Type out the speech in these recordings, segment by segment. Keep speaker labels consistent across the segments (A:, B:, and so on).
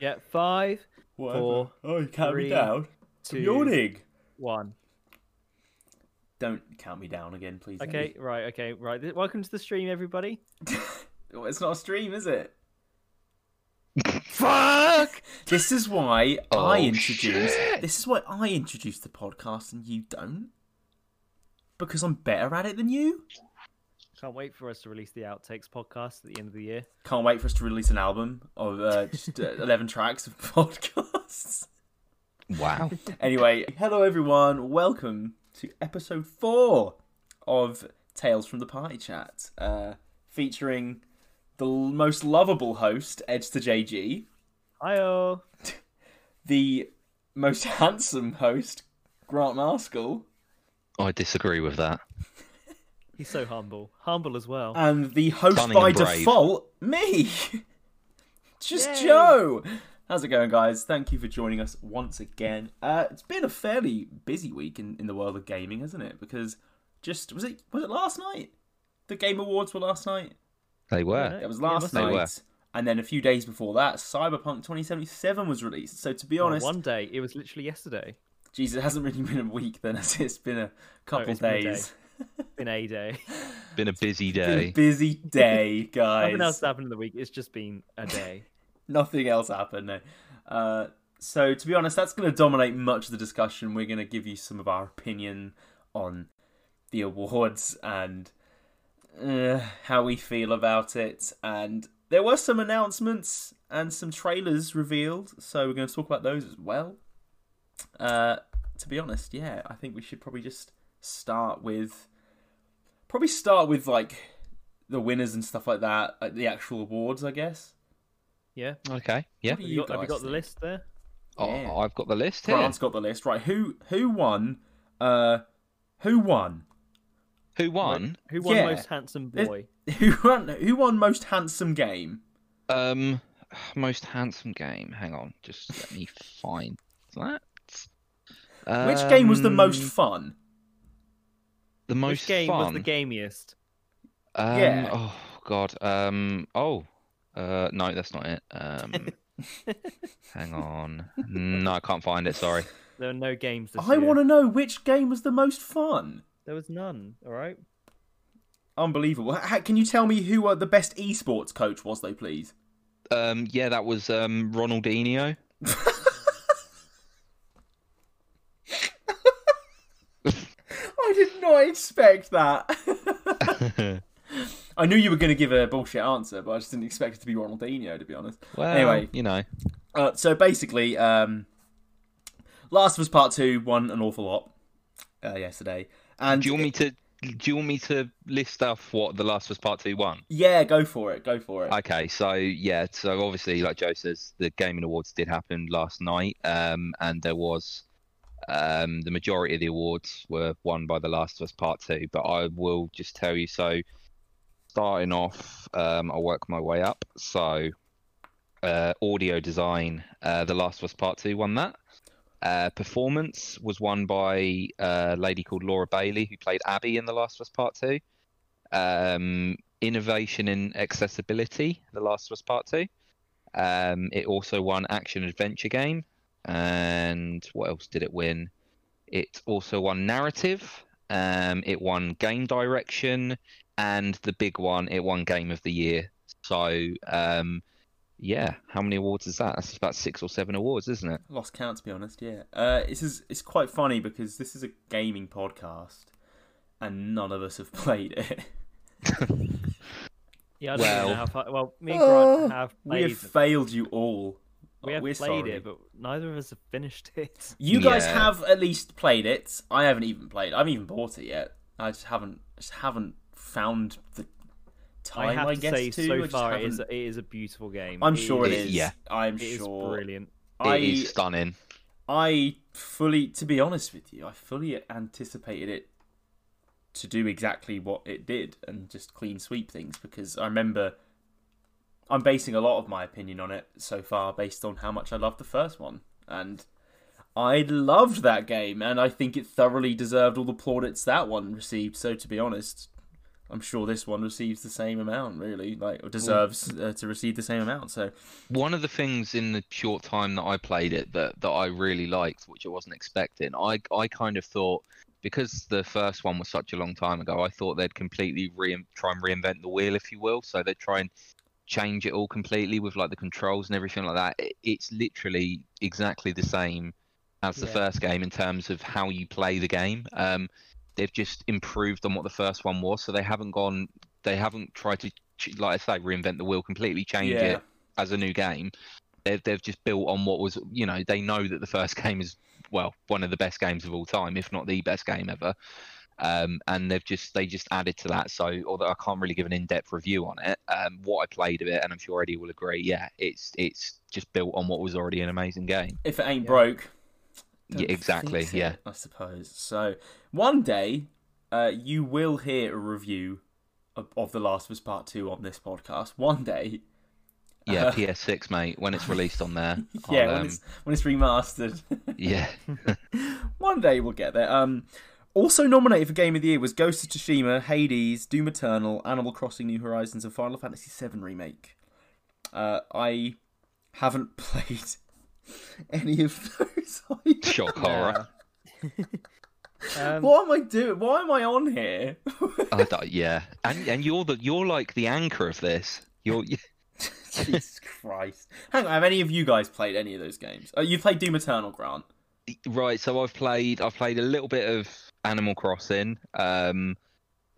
A: Yeah, five,
B: Whatever.
A: Four,
B: oh, you count
A: three,
B: me down.
A: two,
B: I'm yawning.
A: one.
B: Don't count me down again, please.
A: Okay, right, okay, right. Th- Welcome to the stream, everybody.
B: Andy. It's not a stream, is it?
A: Fuck!
B: This is why
C: Oh,
B: I introduced.
C: shit.
B: This is why I introduced the podcast and you don't. Because I'm better at it than you.
A: Can't wait for us to release the outtakes podcast at the end of the year.
B: Can't wait for us to release an album of uh, just uh, eleven tracks of podcasts.
C: Wow.
B: Anyway, hello everyone. Welcome to episode four of Tales from the Party Chat, uh, featuring the l- most lovable host, Edge to JG,
A: Hiyo.
B: the most handsome host, Grant Marskell,
C: I disagree with that.
A: He's so humble. Humble as well.
B: and the host
C: Stunning
B: by
C: and brave.
B: default, me, just
A: Yay.
B: Joe. How's it going, guys? Thank you for joining us once again. Uh, it's been a fairly busy week in, in the world of gaming, hasn't it? Because just was it was it last night? The Game Awards were last night.
C: They were.
B: That was
A: Yeah,
B: last
A: must
C: have
B: night.
C: been.
B: And then a few days before that, Cyberpunk 2077 was released. So to be
A: Well,
B: honest,
A: one day, it was literally yesterday.
B: Jesus, it hasn't really been a week then. has it? It's been a couple
A: Oh, it's been a
B: days.
A: Been a day.
C: Been a busy
B: Been
C: day.
B: a busy day, guys.
A: Nothing else happened in the week. It's just been a day.
B: Nothing else happened. No. Uh, so to be honest, that's going to dominate much of the discussion. We're going to give you some of our opinion on the awards and uh, how we feel about it. And there were some announcements and some trailers revealed, so we're going to talk about those as well. Uh, to be honest, yeah, I think we should probably just start with probably start with like the winners and stuff like that, like the actual awards, I guess.
A: Yeah.
C: Okay. Yeah.
B: What do
A: Have you got, have you
B: guys
A: got the
B: think?
A: list there?
B: Yeah.
C: Oh, I've got the list here.
B: Grant's got the list, right? Who who won? Uh, who won?
C: Who won?
A: Who won
B: Yeah.
A: most handsome
B: There's-
A: boy?
B: Who won? Who won most handsome game?
C: Um, most handsome game. Hang on, just let me find that.
B: Which game was the most
C: Um,
B: fun?
C: the most
A: Which game
C: fun?
A: was the gamiest?
C: Um,
B: Yeah.
C: Oh God. Um. Oh. Uh. No, that's not it. Um. hang on. No, I can't find it. Sorry.
A: There were no games this
B: I
A: year.
B: want to know which game was the most fun.
A: There was none. All right.
B: Unbelievable. H- h- can you tell me who uh, the best esports coach was, though, please?
C: Um. Yeah, that was um Ronaldinho.
B: I did not expect that. I knew you were going to give a bullshit answer, but I just didn't expect it to be Ronaldinho, to be honest.
C: well,
B: Anyway.
C: you know.
B: Uh, so basically, um, Last of Us Part Two won an awful lot uh, yesterday. And
C: Do you want me to? Do you want me to list off what The Last of Us Part Two won?
B: yeah, go for it. Go for it.
C: Okay, so yeah, so obviously, like Joe says, the gaming awards did happen last night, um, and there was um, the majority of the awards were won by The Last of Us Part Two. But I will just tell you, so starting off, um, I'll work my way up. So, uh, audio design, uh, The Last of Us Part Two won that. Uh, performance was won by uh, a lady called Laura Bailey, who played Abby in The Last of Us Part Two. Um, innovation in accessibility, The Last of Us Part Two. Um, it also won action adventure game, and what else did it win? It also won narrative. Um, it won game direction, and the big one, it won game of the year. So, um, yeah, how many awards is that? That's about six or seven awards, isn't it?
B: Lost count, to be honest. Yeah. Uh, this is it's quite funny because this is a gaming podcast, and none of us have played it.
A: Yeah. I don't really know
C: Well-
A: how far... well, me and Grant
B: Uh,
A: have
B: We
A: played.
B: have failed you all.
A: we have
B: Oh, We're
A: played
B: sorry.
A: it, but neither of us have finished it.
B: You guys
C: Yeah.
B: have at least played it. I haven't even played. I haven't even bought it yet. I just haven't. Just haven't found the
A: I
B: time. I,
A: have to
B: guess
A: say,
B: to. I
A: so
B: just
A: far, it is,
B: haven't-
A: it is a beautiful game.
B: I'm sure it
C: It-
B: is.
C: yeah.
B: I'm
A: It is
B: sure.
A: brilliant.
B: I
C: It is stunning.
B: I fully, to be honest with you, I fully anticipated it to do exactly what it did and just clean sweep things because I remember I'm basing a lot of my opinion on it so far based on how much I loved the first one and I loved that game and I think it thoroughly deserved all the plaudits that one received. So to be honest, I'm sure this one receives the same amount, really, like or deserves uh, to receive the same amount. So
C: One of the things in the short time that I played it that, that I really liked, which I wasn't expecting, I I kind of thought because the first one was such a long time ago, I thought they'd completely re- try and reinvent the wheel, if you will. So they'd try and change it all completely with like the controls and everything like that. It, it's literally exactly the same as the
A: Yeah.
C: first game in terms of how you play the game. Um, they've just improved on what the first one was, so they haven't gone. They haven't tried to, ch- like I say, reinvent the wheel completely, change it
B: yeah,
C: as a new game. They've they've just built on what was you know they know that the first game is well one of the best games of all time, if not the best game ever. Um, and they've just they just added to that. So although I can't really give an in depth review on it, um, what I played of it, and I'm sure Eddie will agree. Yeah, it's it's just built on what was already an amazing game.
B: if it ain't
A: Yeah.
B: broke,
C: Yeah,
B: don't
C: exactly,
B: fix it,
C: yeah.
B: I suppose. So one day, uh, you will hear a review of, of The Last of Us Part Two on this podcast. One day,
C: Yeah,
B: Uh,
C: PS6 mate, when it's released on there. I'll,
B: yeah, when
C: um,
B: it's when it's remastered.
C: yeah,
B: One day we'll get there. Um, also nominated for Game of the Year was Ghost of Tsushima, Hades, Doom Eternal, Animal Crossing: New Horizons, and Final Fantasy VII Remake. Uh, I haven't played any of those. either.
C: shock horror.
A: Um,
B: What am I doing? Why am I on here?
C: I don't- yeah, and and you're the you're like the anchor of this. You're
B: Jesus Christ! Hang on, have any of you guys played any of those games? Uh, you played Doom Eternal, Grant.
C: Right, so I've played I've played a little bit of Animal Crossing um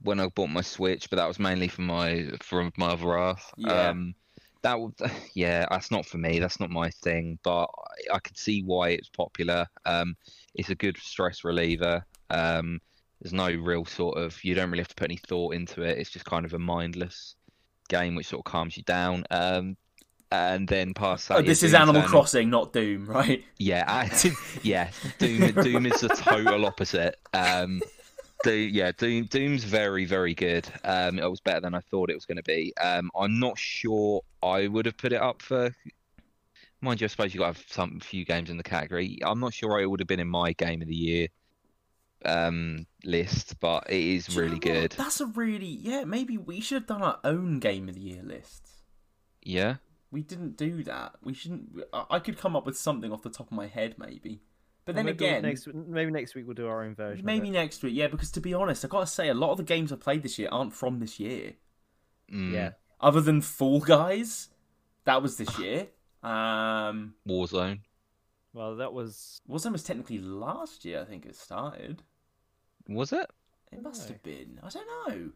C: when I bought my Switch, but that was mainly for my for my other half.
B: Yeah.
C: Um that would yeah, that's not for me. That's not my thing, but I, I could see why it's popular. Um it's a good stress reliever. Um there's no real sort of you don't really have to put any thought into it. It's just kind of a mindless game which sort of calms you down. Um and then past that
B: Oh, this
C: Doom
B: is Animal
C: Eternal.
B: Crossing, not Doom, right?
C: Yeah, I, yeah. Doom, Doom is the total opposite. Um, Doom, yeah, Doom, Doom's very, very good. Um, it was better than I thought it was going to be. Um, I'm not sure I would have put it up for. Mind you, I suppose you got to have some few games in the category. I'm not sure it would have been in my game of the year um list, but it is
B: Do you
C: really
B: know what?
C: good.
B: That's a really yeah. Maybe we should have done our own Game of the Year lists.
C: Yeah,
B: We didn't do that. We shouldn't. I I could come up with something off the top of my head, maybe. But then
A: maybe we'll-
B: again,
A: next, maybe next week we'll do our own version. of
B: maybe
A: it.
B: next week. Yeah, because to be honest, I gotta say, a lot of the games I played this year aren't from this year.
C: Mm,
A: yeah.
B: Other than Fall Guys, that was this year. Um,
C: Warzone.
A: Well, that was
B: Warzone was technically last year. I think it started.
C: Was it?
B: It must
A: No.
B: have been. I don't know.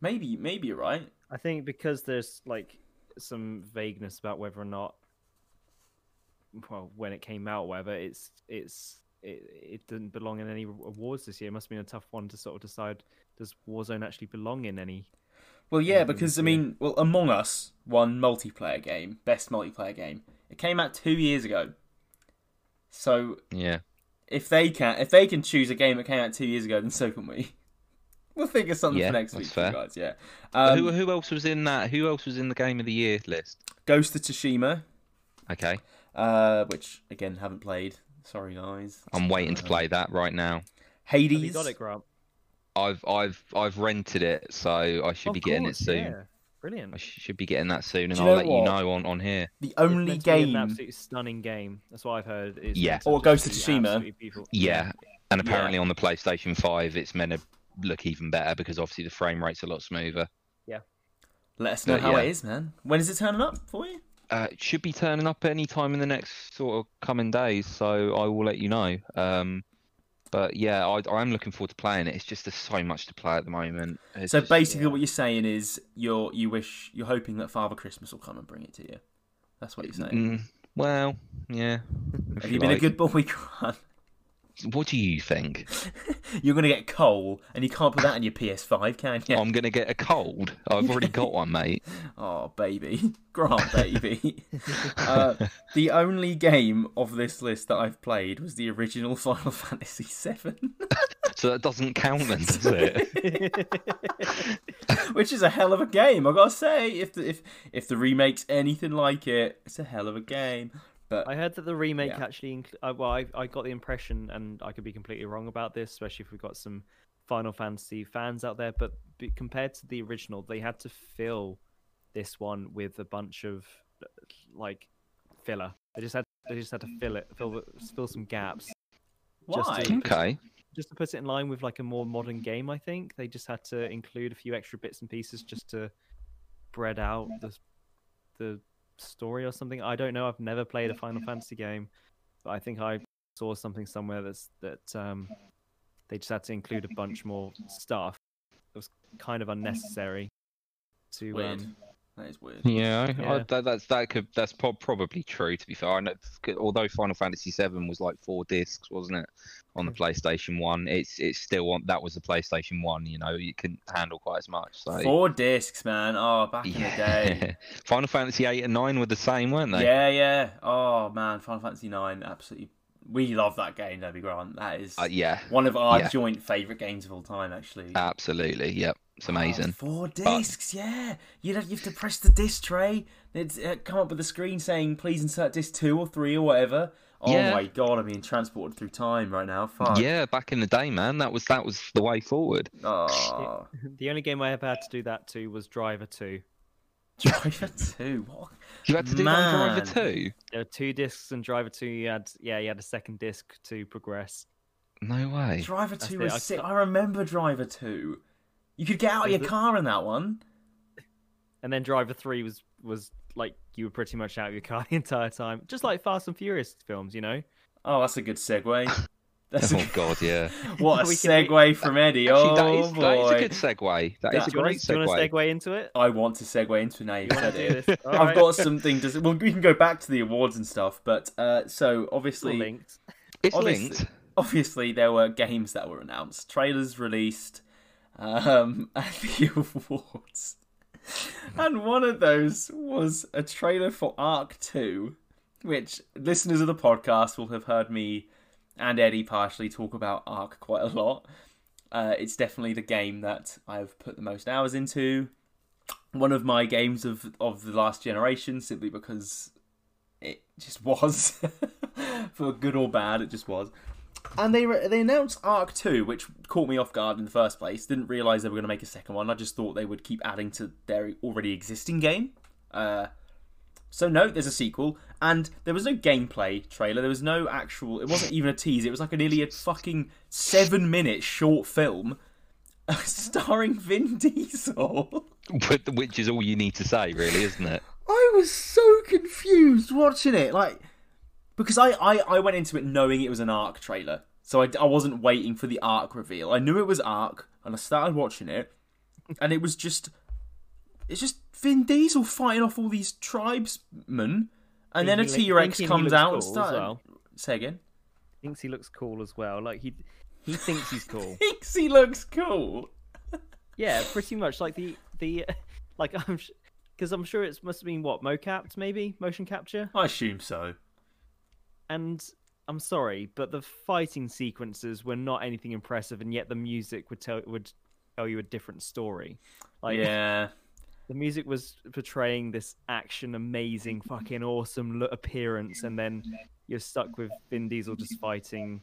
B: Maybe, maybe you're right.
A: I think because there's like some vagueness about whether or not, well, when it came out, whether it's it's it, it didn't belong in any awards this year. It must have been a tough one to sort of decide does Warzone actually belong in any?
B: Well, yeah,
A: Yeah,
B: because I
A: yeah.
B: mean, well, Among Us won multiplayer game, best multiplayer game. It came out two years ago. So
C: Yeah.
B: if they can, if they can choose a game that came out two years ago, then so can we. We'll think of something
C: Yeah,
B: for next
C: that's
B: week, for you
C: fair.
B: guys. Yeah. Um,
C: who who else was in that? Who else was in the game of the year list?
B: Ghost of Tsushima,
C: Okay.
B: uh, which again haven't played. Sorry guys.
C: I'm waiting to
B: Uh,
C: play that right now.
A: Have you
B: Hades.
A: got it, Grant?
C: I've I've I've rented it, so I should
A: Of
C: be getting
A: course,
C: it soon.
A: Yeah. Brilliant.
C: I sh- should be getting that soon, and
B: you
C: I'll
B: know
C: let
B: what?
C: you know on on here.
B: The
A: It's
B: only
A: meant to be an
B: game.
A: absolutely stunning game. That's what I've heard. It's
C: Yeah.
A: meant
B: Or
A: just
B: Ghost of
A: be
B: Tsushima.
A: absolutely beautiful.
C: Yeah,
B: Yeah.
C: and apparently on the PlayStation Five, it's meant to look even better because obviously the frame rate's a lot smoother.
B: Let us know
C: Uh,
B: how it
C: yeah.
B: is, man. When is it turning up for you?
C: Uh, it should be turning up any time in the next sort of coming days, so I will let you know. Um, but yeah, I, I'm looking forward to playing it. It's just there's so much to play at the moment. It's
B: So
C: just-
B: basically,
A: yeah.
B: what you're saying is you're you wish you're hoping that Father Christmas will come and bring it to you. That's what you're saying.
C: Mm, well, yeah. if
B: Have you been a
C: like.
B: good boy, Grant?
C: What do you think?
B: You're gonna get coal, and you can't put that in your PS5, can you?
C: I'm gonna get a cold. I've already got one, mate.
B: Oh, baby, Grant, baby. uh, the only game of this list that I've played was the original Final Fantasy VII,
C: So that doesn't count then, does it?
B: which is a hell of a game. I gotta say, if the, if if the remake's anything like it, it's a hell of a game. But
A: I heard that the remake
B: Yeah.
A: actually. Inc- uh, well, I, I got the impression, and I could be completely wrong about this, especially if we've got some Final Fantasy fans out there, but, but compared to the original, they had to fill this one with a bunch of like filler. They just had they just had to fill it, fill the- fill some gaps,
B: Why?
A: Just to-
C: Okay.
A: just to put it in line with like a more modern game. I think they just had to include a few extra bits and pieces just to spread out the the story or something. I don't know. I've never played a Final Fantasy game, but I think I saw something somewhere that's that um, they just had to include a bunch more stuff. It was kind of unnecessary. To
B: Weird.
A: um,
B: That is weird.
C: Yeah, I- I,
A: Yeah.
C: that, that's that could that's prob- probably true. To be fair, I know, although Final Fantasy VII was like four discs, wasn't it, on
B: Mm.
C: the PlayStation One? It's it's still on. That was the PlayStation One. You know, you couldn't handle quite as much. So
B: Four discs, man. Oh, back in the day.
C: yeah, Final Fantasy Eight and Nine were the same, weren't they?
B: Yeah, yeah. Oh man, Final Fantasy Nine, absolutely. We love that game, Debbie Grant. That is
C: Uh, yeah,
B: one of our
C: yeah.
B: joint favorite games of all time, actually.
C: absolutely. Yep, it's
B: Ah,
C: amazing.
B: Four discs, yeah. You'd have, you have to press the disc tray. It'd uh, come up with a screen saying, "Please insert disc two or three or whatever." Oh
C: Yeah.
B: my god, I'm being transported through time right now. Fuck.
C: yeah, back in the day, man, that was that was the way forward.
B: Oh.
A: the only game I ever had to do that to was Driver Two.
B: Driver two. What?
C: You had to do that on
B: Man.
C: Driver Two.
A: There were two discs and Driver Two. You had yeah, you had a second disc to progress.
C: No way.
B: Driver
A: That's
B: two
A: it,
B: was
A: I
B: sick.
A: can't-
B: I remember Driver two. You could get out of
A: Was
B: your
A: it-
B: car in that one.
A: and then Driver Three was was like you were pretty much out of your car the entire time, just like Fast and Furious films, you know.
B: Oh, that's a good segue. That's
C: Oh
B: a,
C: God, yeah.
B: what a
A: We can-
B: segue from Eddie.
C: Actually,
B: oh
C: that is
B: boy,
C: that is a good segue. that
B: That-
C: is a
A: Do you, want
C: great
A: to, do you want to segue into it?
B: I want to segue into now you've
A: You want
B: said
A: to
B: it.
A: do this? All
B: I've
A: right.
B: got something. Does well, we can go back to the awards and stuff, but uh, so
A: Little
B: obviously,
A: links.
C: It's
B: Obviously.
C: linked.
B: obviously there were games that were announced, trailers released, um, at the awards, and one of those was a trailer for Arc Two, which listeners of the podcast will have heard me and Eddie partially talk about Arc quite a lot. Uh, it's definitely the game that I've put the most hours into. One of my games of of the last generation, simply because it just was, for good or bad, it just was. And they re- they announced Arc Two, which caught me off guard in the first place. Didn't realize they were going to make a second one. I just thought they would keep adding to their already existing game. Uh, so no, there's a sequel, and there was no gameplay trailer. There was no actual. It wasn't even a tease. It was like a nearly a fucking seven minute short film, starring Vin Diesel.
C: But- which is all you need to say, really, isn't it?
B: I was so confused watching it, like because I, I, I went into it knowing it was an arc trailer, so I, I wasn't waiting for the arc reveal. I knew it was arc, and I started watching it, and it was just it's just Vin Diesel fighting off all these tribesmen, and then a
A: Thinking he-
B: T-Rex
A: thinking he
B: comes
A: looks
B: out
A: cool
B: and
A: as
B: starts.
A: well.
B: Say again.
A: Thinks he looks cool as well. Like he he thinks he's cool.
B: Thinks he looks cool.
A: yeah, pretty much. Like the the like I'm because I'm sure it's must have been what mocapped maybe motion capture.
B: I assume so.
A: And I'm sorry, but the fighting sequences were not anything impressive, and yet the music would tell would tell you a different story. Like
B: yeah.
A: the music was portraying this action amazing fucking awesome lo- appearance and then you're stuck with Vin Diesel just fighting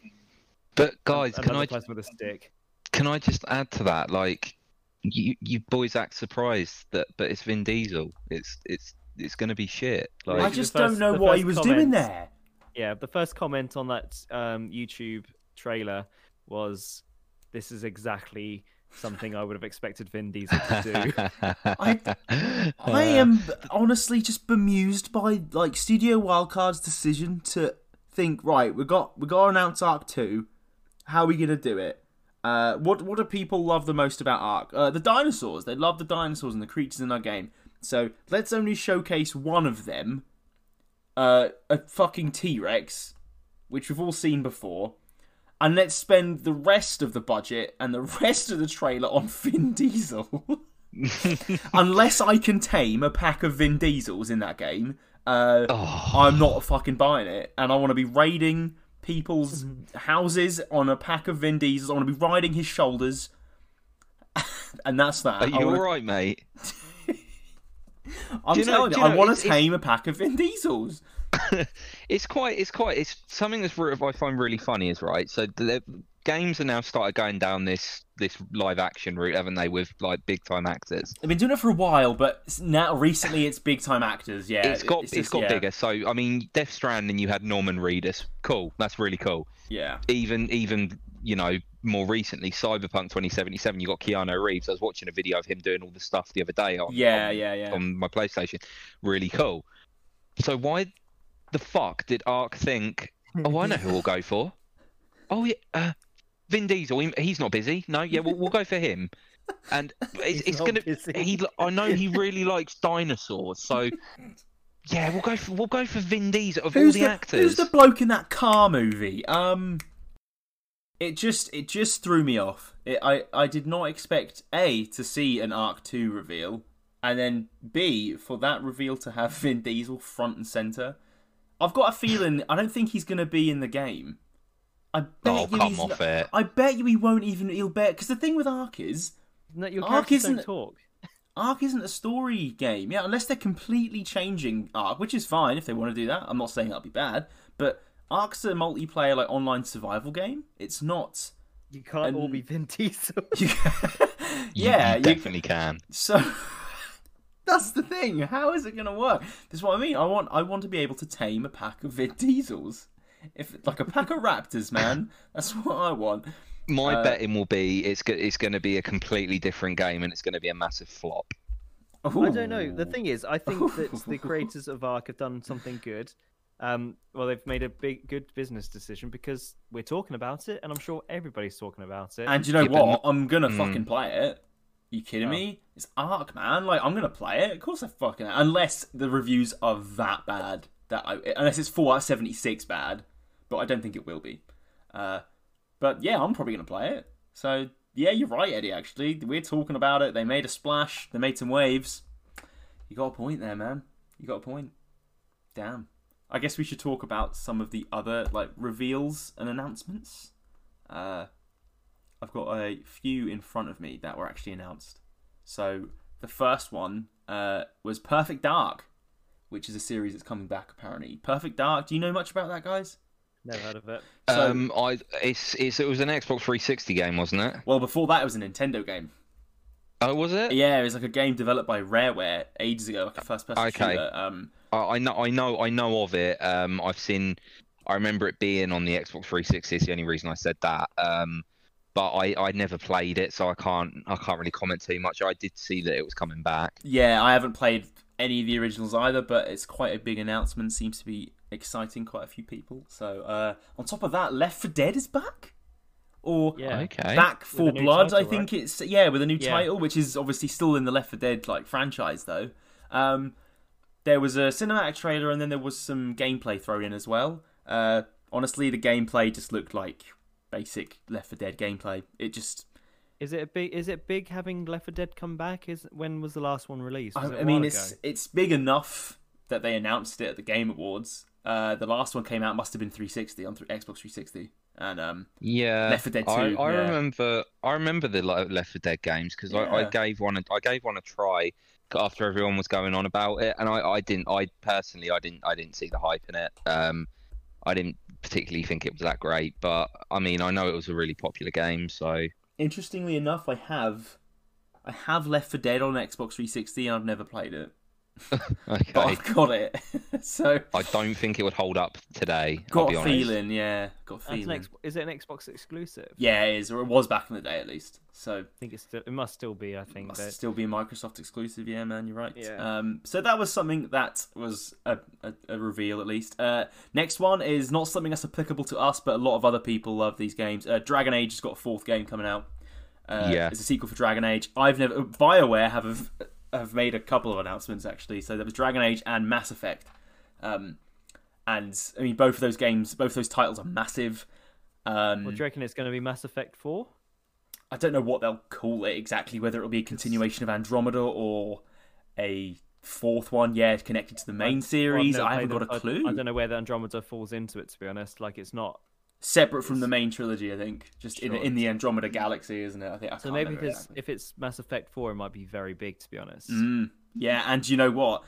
C: But guys, can
A: another
C: I
A: person with a stick.
C: can I just add to that? Like, you you boys act surprised that, but it's Vin Diesel. It's it's it's going to be shit. Like,
B: I
A: the
B: just
A: first-
B: don't know
A: the
B: what he
A: first
B: was doing
A: comments-
B: there.
A: Yeah, the first comment on that um, YouTube trailer was this is exactly something I would have expected Vin Diesel to do.
C: I,
B: I am honestly just bemused by like Studio Wildcard's decision to think right. We got we got to announce Arc two. How are we gonna do it? Uh, what what do people love the most about Arc? Uh, the dinosaurs. They love the dinosaurs and the creatures in our game. So let's only showcase one of them. Uh, a fucking T Rex, which we've all seen before. And let's spend the rest of the budget and the rest of the trailer on Vin Diesel. unless I can tame a pack of Vin Diesels in that game, uh,
C: Oh.
B: I'm not fucking buying it. And I want to be raiding people's houses on a pack of Vin Diesels. I want to be riding his shoulders. and that's that.
C: Are
B: I
C: you
B: wanna,
C: all right, mate?
B: I'm
C: Do you know-
B: telling
C: do
B: you,
C: you
B: I
C: know,
B: want
C: it's-
B: to
C: it's-
B: tame a pack of Vin Diesels.
C: it's quite it's quite it's something that's re- I find really funny is right. So the, games have now started going down this this live action route, haven't they? With like big time actors,
B: They've been doing it for a while, but s- now recently it's big time actors. Yeah,
C: it's got it's
B: just-
C: got
B: yeah,
C: bigger. So I mean, Death Stranding, you had Norman Reedus, cool, that's really cool.
B: Yeah,
C: even even you know more recently cyberpunk 2077 you got keanu reeves i was watching a video of him doing all the stuff the other day on,
B: yeah,
C: on,
B: yeah, yeah.
C: on my playstation really cool so why the fuck did ark think oh i know who we'll go for oh yeah uh, vin diesel he- he's not busy no yeah we'll, we'll go for him and it's,
A: He's
C: it's
A: not
C: gonna
A: busy.
C: he i know he really likes dinosaurs so yeah we'll go for we'll go for vin diesel of all
B: Who's
C: the, actors
B: Who's the bloke in that car movie? Um, it just it just threw me off. It, I I did not expect a to see an Arc Two reveal, and then b for that reveal to have Vin Diesel front and center. I've got a feeling I don't think he's gonna be in the game. I bet
C: Oh,
B: you
C: come
B: he's
C: off
B: not-
C: it.
B: I bet you he won't even. He'll bet because the thing with Arc is
A: No, your
B: Ark
A: characters don't
B: isn't-
A: talk.
B: Ark isn't a story game, yeah. Unless they're completely changing Ark, which is fine if they want to do that. I'm not saying that'd be bad, but Ark's a multiplayer like online survival game. It's not.
A: You can't all
B: And-
A: be Vin Diesel.
C: You-
B: yeah,
C: you
B: you-
C: definitely can
B: so that's the thing. How is it going to work? That's what I mean. I want. I want to be able to tame a pack of Vin Diesels, if like a pack of raptors, man. That's what I want.
C: My betting will be it's go- it's going to be a completely different game and it's going to be a massive flop.
A: I don't know. The
B: Ooh.
A: thing is, I think that the creators of Ark have done something good. Um, well, they've made a big, good business decision because we're talking about it, and I'm sure everybody's talking about it.
B: And you know
C: Yeah, but
B: what? I'm gonna
C: Mm.
B: fucking play it. You kidding
A: Oh.
B: me? It's Ark, man. Like I'm gonna play it. Of course I fucking am. unless the reviews are that bad that I unless it's four out of seventy six bad, but I don't think it will be. Uh, but yeah, I'm probably gonna play it. So yeah, you're right, Eddie. Actually, we're talking about it. They made a splash. They made some waves. You got a point there, man. You got a point. Damn. I guess we should talk about some of the other like reveals and announcements. Uh, I've got a few in front of me that were actually announced. So the first one uh, was Perfect Dark, which is a series that's coming back apparently. Perfect Dark. Do you know much about that, guys?
A: Never heard of it.
B: So-
C: um, I it's, it's it was an Xbox 360 game, wasn't it?
B: Well, before that, it was a Nintendo game.
C: Oh, was it?
B: Yeah, it was like a game developed by Rareware ages ago, like a first-person
C: Okay.
B: shooter. Um,
C: I, I know, I know, I know of it. Um, I've seen, I remember it being on the Xbox 360. Is the only reason I said that. Um, but I I never played it, so I can't I can't really comment too much. I did see that it was coming back.
B: yeah, I haven't played any of the originals either, but it's quite a big announcement. Seems to be exciting quite a few people. So uh, on top of that, Left for Dead is back, or
A: Yeah.
C: Okay.
B: Back
A: With
B: for
A: a new
B: Blood, I
A: title,
B: think it's yeah, with a new
A: Yeah.
B: title, which is obviously still in the Left 4 Dead like franchise though. Um, there was a cinematic trailer and then there was some gameplay thrown in as well. Uh, honestly, the gameplay just looked like basic Left 4 Dead gameplay. It just,
A: Is it a big? Is it big having Left 4 Dead come back? Is when was the last one released?
B: I,
A: Was it a
B: I mean,
A: while
B: it's
A: ago?
B: it's big enough that they announced it at the Game Awards. Uh, the last one came out must have been 360 on th- Xbox 360, and um,
C: Yeah,
B: Left 4 Dead
C: I,
B: 2,
C: I
B: yeah.
C: remember, I remember the Le- Left 4 Dead games because I,
B: Yeah.
C: I gave one, a, I gave one a try after everyone was going on about it, and I, I didn't, I personally, I didn't, I didn't see the hype in it. Um, I didn't particularly think it was that great, but I mean, I know it was a really popular game, so
B: interestingly enough, I have I have Left for Dead on Xbox 360, and I've never played it,
C: okay.
B: but I've got it. so
C: I don't think it would hold up today. I'll
B: got
C: be
B: a
C: honest.
B: feeling, yeah, got a
A: That's an
B: feeling.
A: ex- is it an Xbox exclusive?
B: Yeah, it is, or it was back in the day at least. So
A: I think it's still. It must still be. I
B: it
A: think
B: must
A: that.
B: still be a Microsoft exclusive. Yeah, man, you're right.
A: Yeah.
B: Um, so that was something that was a, a, a reveal at least. Uh, next one is not something that's applicable to us, but a lot of other people love these games. Uh, Dragon Age has got a fourth game coming out. Uh,
C: Yeah.
B: It's a sequel for Dragon Age. I've never. BioWare have have made a couple of announcements actually. So there was Dragon Age and Mass Effect. Um, and I mean, both of those games, both those titles are massive. Um,
A: Well, do you reckon it's going to be Mass Effect Four?
B: I don't know what they'll call it exactly, whether it'll be a continuation of Andromeda or a fourth one, yeah, connected to the main series.
A: Well, I've
B: I
A: never
B: haven't got
A: played
B: a
A: the- I,
B: clue.
A: I don't know where the Andromeda falls into it. To be honest, like it's not.
B: Separate from the main trilogy, I think. Just in,
A: Sure.
B: in the Andromeda galaxy, isn't it? I think I
A: So
B: can't
A: maybe if
B: remember
A: it's,
B: exactly.
A: if it's Mass Effect Four, it might be very big. To be honest.
B: Mm, yeah, and you know what?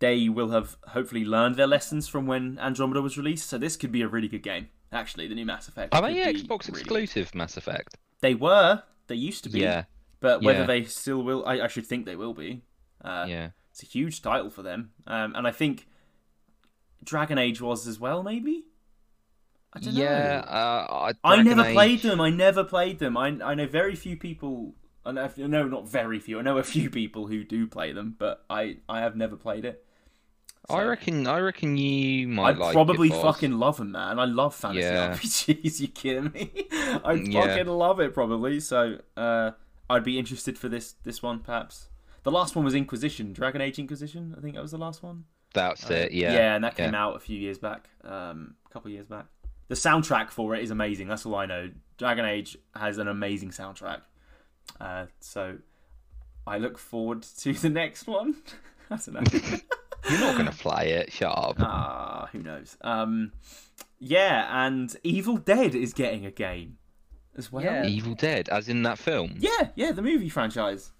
B: they will have hopefully learned their lessons from when Andromeda was released. So this could be a really good game. Actually, the new Mass Effect.
C: Are
B: could
C: they
B: be
C: Xbox
B: really good.
C: exclusive Mass Effect?
B: They were. They used to be.
C: Yeah,
B: But whether
C: yeah.
B: they still will, I, I should think they will be. Uh,
C: yeah.
B: It's a huge title for them, um, and I think Dragon Age was as well. Maybe. I don't
C: Yeah,
B: know.
C: uh,
B: I never
C: Dragon
B: played
C: Age-
B: them. I never played them. I I know very few people. I know, I know not very few. I know a few people who do play them, but I I have never played it.
C: I
B: So,
C: reckon. I reckon you might
B: I'd
C: like it,
B: probably
C: Boz.
B: fucking love them, man. I love fantasy
C: Yeah. Mm,
B: RPGs. You kidding me? I would
C: Yeah.
B: fucking love it, probably. So uh, I'd be interested for this this one, perhaps. The last one was Inquisition, Dragon Age Inquisition. I think that was the last one.
C: That's it. Yeah.
B: yeah, and that
C: yeah.
B: came out a few years back, um, a couple of years back. The soundtrack for it is amazing. That's all I know. Dragon Age has an amazing soundtrack, uh, so I look forward to the next one. I don't know.
C: You're not gonna play it. Shut up.
B: Ah, who knows? Um, yeah, and Evil Dead is getting a game as well.
A: Yeah.
C: Evil Dead, as in that film.
B: yeah, yeah, the movie franchise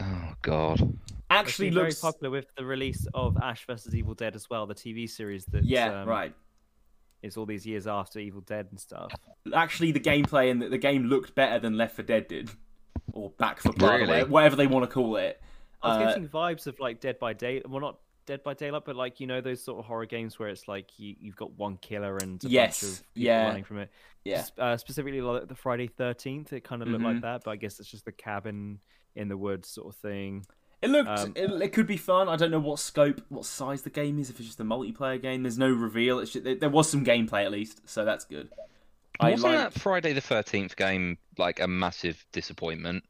C: Oh God.
A: It's
B: actually
A: been
B: looks.
A: very popular with the release of Ash versus Evil Dead as well, the TV series that
B: yeah,
A: um,
B: right.
A: is all these years after Evil Dead and stuff.
B: Actually, the gameplay and the, the game looked better than Left for Dead did, or Back for Blood, or
C: Really?
B: whatever- whatever they want to call it.
A: I was
B: Uh,
A: getting vibes of like Dead by Day, well not Dead by Daylight, but like you know those sort of horror games where it's like you you've got one killer and a
B: Yes,
A: bunch of people
B: yeah.
A: running from it.
B: Yeah,
A: S- Uh, specifically, like the Friday Thirteenth, it kind of looked
B: Mhm.
A: like that, but I guess it's just the cabin in the woods sort of thing.
B: it looked.
A: Um,
B: it, it could be fun. I don't know what scope, what size the game is. If it's just a multiplayer game, there's no reveal. It's ju- there, there was some gameplay at least, so that's good.
C: Wasn't that Friday the Thirteenth game like a massive disappointment?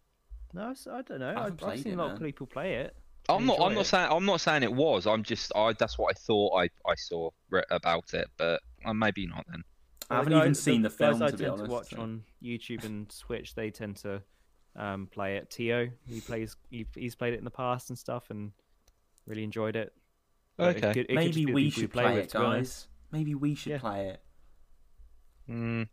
A: No, it's- I don't know. I
B: haven't
A: have I've
B: played
A: seen
B: it,
A: a lot of
B: man.
A: people play it.
C: I'm not.
B: enjoy
C: I'm
B: it.
C: not saying. I'm not saying it was. I'm just. I. That's what I thought. I. I saw re- about it, but uh, maybe not. Then.
B: I
A: Well,
B: haven't
A: guy-
B: even seen the,
A: guys
B: film
A: I
B: to be
A: tend
B: honest.
A: to watch
B: so-
A: on YouTube and Switch, they tend to um, play it. Tio, he plays. He, he's played it in the past and stuff, and really enjoyed it. But it
C: Okay.
A: could- it could just
B: Maybe
A: be the people
B: we
A: you
B: should play
A: with,
B: it,
A: to be honest.
B: guys. Maybe we should
A: Yeah.
B: play it.
C: Mm,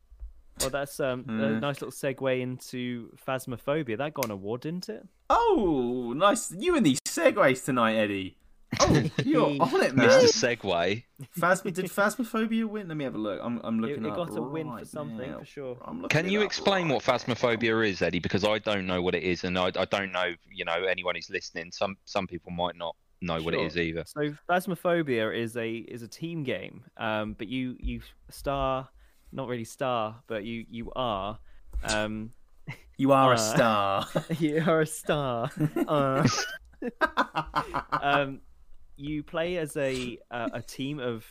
A: Well, that's um,
B: Mm.
A: a nice little segue into Phasmophobia. That got an award, didn't it?
B: Oh, nice! You and these segues tonight, Eddie. Oh, you're on it, man.
C: Mr. Segway.
B: Phasm- did Phasmophobia win? Let me have a look. I'm, I'm
A: It-
B: looking
A: it
B: up
A: got a win for
B: right
A: something
B: now.
A: for sure.
B: I'm looking
C: Can
B: it
C: you
B: up
C: explain what
B: right
C: phasmophobia is, Eddie? Because I don't know what it is, and I, I don't know. You know, anyone who's listening, some some people might not know what it
B: Sure.
C: is either.
A: So Phasmophobia is a is a team game, um, but you you star, not really star, but you you are, um,
B: now. You are
A: Uh,
B: a star.
A: you are a star. Uh, um, you play as a uh, a team of,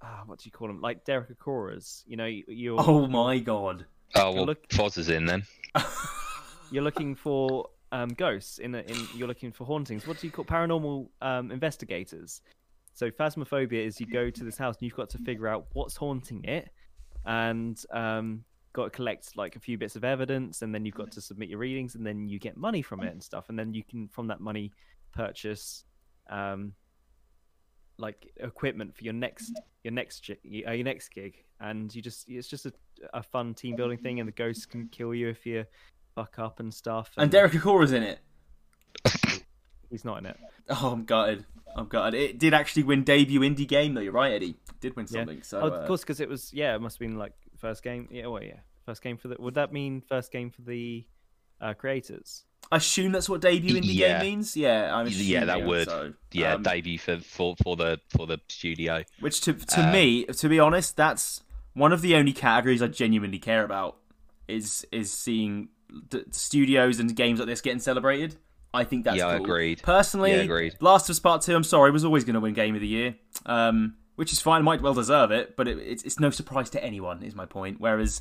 A: uh, what do you call them? Like Derek Akoras. You know, you- you're
B: oh my god.
C: Oh well,
A: look-
C: Foz is in then.
A: you're looking for um, ghosts in, a, in you're looking for hauntings. What do you call paranormal um, investigators? So phasmophobia is you go to this house and you've got to figure out what's haunting it, and um, got to collect like a few bits of evidence, and then you've got to submit your readings, and then you get money from it and stuff, and then you can from that money purchase um, like equipment for your next your next gi- uh, your next gig, and you just it's just a, a fun team building thing, and the ghosts can kill you if you fuck up and stuff.
B: And Derek Akora's in it.
A: he's not in it.
B: Oh, I'm gutted. I'm gutted. It did actually win debut indie game though. You're right, Eddie. It did win
A: Yeah.
B: something. So
A: oh,
B: uh,
A: of course, because it was yeah, it must have been like first game. Yeah, well, yeah, first game for the. Would that mean first game for the uh, creators?
B: I assume that's what debut indie
C: Yeah.
B: game means. Yeah, I'm
C: Yeah,
B: assuming
C: that would.
B: so.
C: Yeah,
B: Um,
C: debut for, for for the for the studio.
B: Which to to
C: Uh,
B: me, to be honest, that's one of the only categories I genuinely care about is is seeing d- studios and games like this getting celebrated. I think that's
C: Yeah,
B: cool.
C: agreed.
B: Personally,
C: Yeah, agreed.
B: Last of Us Part Two, I'm sorry, was always going to win Game of the Year, um, which is fine, might well deserve it, but it, it's it's no surprise to anyone, is my point. Whereas,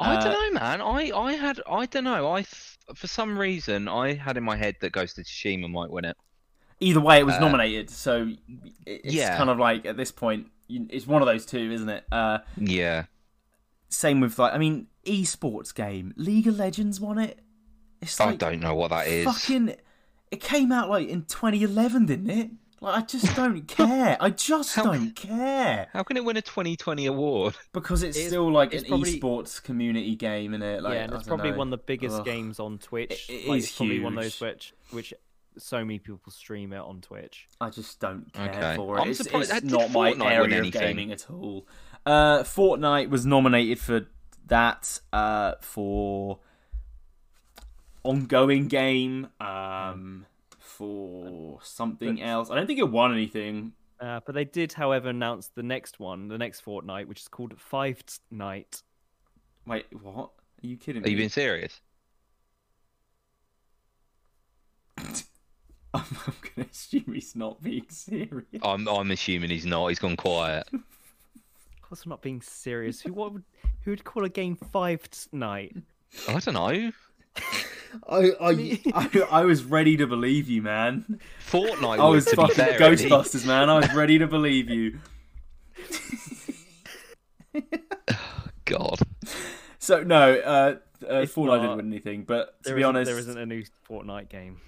C: I
B: Uh,
C: don't know, man. I, I had I don't know. I th- for some reason I had in my head that Ghost of Tsushima might win it.
B: either way, it was
C: Uh,
B: nominated, so it, it's
C: yeah.
B: kind of like at this point, you, it's one of those two, isn't it? Uh,
C: Yeah,
B: same with like, I mean, esports game, League of Legends won it. It's
C: I
B: like
C: don't know what that is.
B: Fucking, it came out like in 2011, didn't it? Like I just don't care. I just don't care
C: How can it win a 2020 award?
B: because it's,
A: It's-
B: still like
A: it's
B: an
A: probably-
B: esports community game, and it like
A: yeah, and
B: I
A: it's
B: don't
A: probably
B: know.
A: one of the biggest
B: Ugh.
A: games on Twitch.
B: It- it
A: like,
B: is
A: it's probably one of
B: huge.
A: those which which so many people stream it on Twitch.
B: I just don't care
C: Okay.
B: for it.
C: I'm
B: it's
C: surprised-
B: it's
C: did
B: not my
C: Fortnite win
B: area of
C: anything?
B: gaming at all. Uh, Fortnite was nominated for that uh, for ongoing game um, for something
A: But-
B: else. I don't think it won anything.
A: Uh, but they did, however, announce the next one, the next Fortnite, which is called Five Night.
B: Wait, what? Are you kidding
C: Are
B: me?
C: you being serious?
B: I'm, I'm gonna assume he's not being serious.
C: I'm I'm assuming he's not. He's gone quiet.
A: Of course, I'm not being serious. Who what would who would call a game Five Night?
C: I don't know.
B: I, I, I, was ready to believe you, man.
C: Fortnite.
B: I
C: would,
B: was
C: to be
B: fucking
C: fair, Eddie.
B: Ghostbusters, man. I was ready to believe you.
C: God.
B: So no, uh, uh,
A: It's
B: Fortnite didn't
A: not.
B: win anything. But to
A: There
B: be
A: isn't-
B: honest,
A: there isn't a new Fortnite game.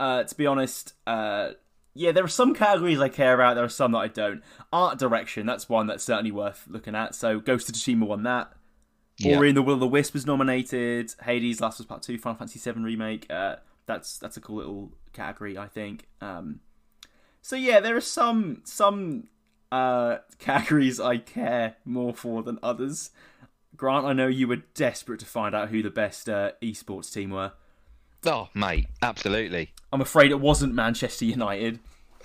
B: uh, to be honest, uh, yeah, there are some categories I care about. There are some that I don't. Art direction, that's one that's certainly worth looking at. So Ghost of Tsushima won that.
C: Yeah.
B: Ori and the Will of the Wisp was nominated. Hades, Last of Us Part Two, Final Fantasy VII remake. Uh, that's that's a cool little category, I think. Um, so yeah, there are some some uh, categories I care more for than others. Grant, I know you were desperate to find out who the best uh, esports team were.
C: Oh, mate, absolutely.
B: I'm afraid it wasn't Manchester United.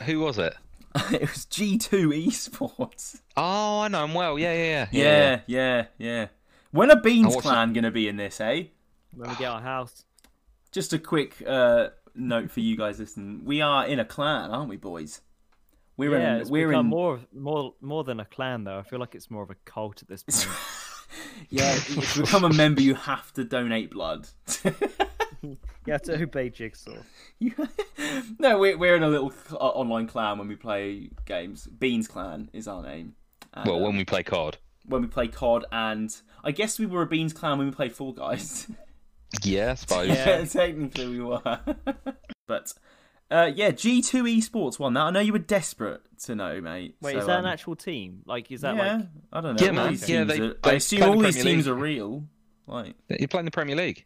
C: Who was it?
B: it was G2 Esports.
C: Oh, I know him well. Yeah, yeah, yeah.
B: Yeah, yeah, yeah. When are Beans
C: watched
B: Clan going to be in this, eh?
A: When we get our house,
B: just a quick uh, note for you guys listening. We are in a clan, aren't we, boys? We're
A: yeah,
B: in.
A: it's
B: we're
A: become
B: in.
A: more of- more more than a clan though. I feel like it's more of a cult at this point.
B: Yeah, to become a member, you have to donate blood.
A: you have to obey Jigsaw.
B: no, we're we're in a little cl- uh, online clan when we play games. Beans Clan is our name. And,
C: Well,
B: uh,
C: when we play COD.
B: when we play COD, and I guess we were a Beans Clan when we played Fall Guys.
C: Yeah, I suppose.
B: yeah, technically we were. but uh, yeah, G two Esports won that. I know you were desperate to know, mate.
A: Wait,
B: So,
A: is that an
B: um,
A: actual team? Like, is that
B: yeah,
A: like?
B: I don't know.
C: Yeah,
B: all
C: man.
B: these
C: Yeah,
B: teams
C: they-
B: are- I
C: they
B: assume
C: play the
B: all these
C: Premier
B: teams
C: League.
B: are real. Like,
C: You're playing the Premier League.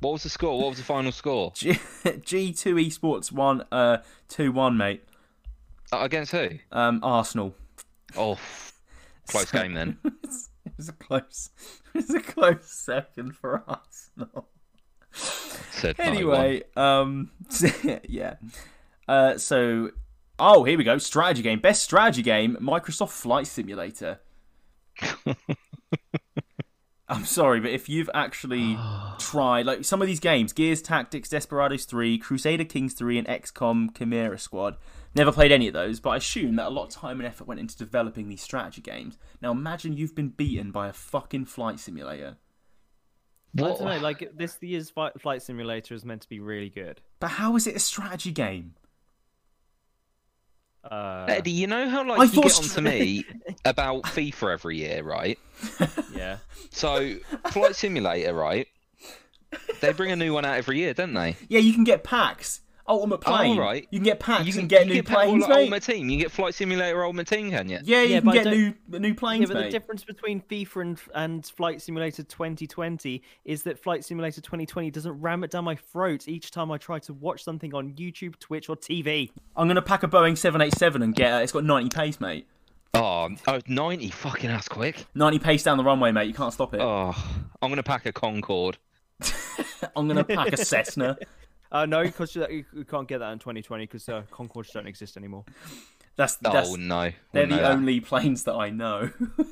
C: What was the score? What was the final score?
B: G G two Esports one uh two one mate.
C: Uh, against who?
B: Um, Arsenal.
C: Oh, close game then.
B: it was a close. It was a close second for Arsenal.
C: Said no one.
B: Anyway, um, yeah. Uh, so, oh, here we go. Strategy game, best strategy game, Microsoft Flight Simulator. I'm sorry, but if you've actually tried like some of these games, Gears Tactics, Desperados 3, Crusader Kings 3, and XCOM Chimera Squad, never played any of those, but I assume that a lot of time and effort went into developing these strategy games. Now imagine you've been beaten by a fucking flight simulator.
A: I
C: What-
A: don't know. Like this year's Fi- flight simulator is meant to be really good.
B: But how is it a strategy game?
A: Uh,
C: Eddie, you know how
B: I
C: like you
B: thought
C: get on to
B: stra-
C: me about FIFA every year, right?
A: yeah.
C: So Flight Simulator, right? They bring a new one out every year, don't they?
B: Yeah, you can get packs. Ultimate plane.
C: Oh, alright.
B: You can get packs and get new
C: pa- all
B: planes,
C: like
B: mate.
C: Ultimate Team. You can get Flight Simulator Ultimate Team, can you?
B: Yeah, you
A: Yeah,
B: can
A: but I
B: get new
A: don't-
B: new
A: Yeah,
B: planes,
A: but the
B: mate.
A: difference between FIFA and and Flight Simulator 2020 is that Flight Simulator 2020 doesn't ram it down my throat each time I try to watch something on YouTube, Twitch, or TV.
B: I'm gonna pack a Boeing 787 and get uh, it's got 90 pace, mate.
C: Oh, oh, 90 fucking ass quick.
B: 90 pace down the runway, mate. You can't stop it.
C: Oh, I'm gonna pack a Concorde.
B: I'm gonna pack a Cessna.
A: Uh, no, because you, you can't get that in 2020 because uh, Concords don't exist anymore.
B: That's that's
C: oh no,
B: they're
C: wouldn't know
B: the
C: that.
B: only planes that I know.
C: what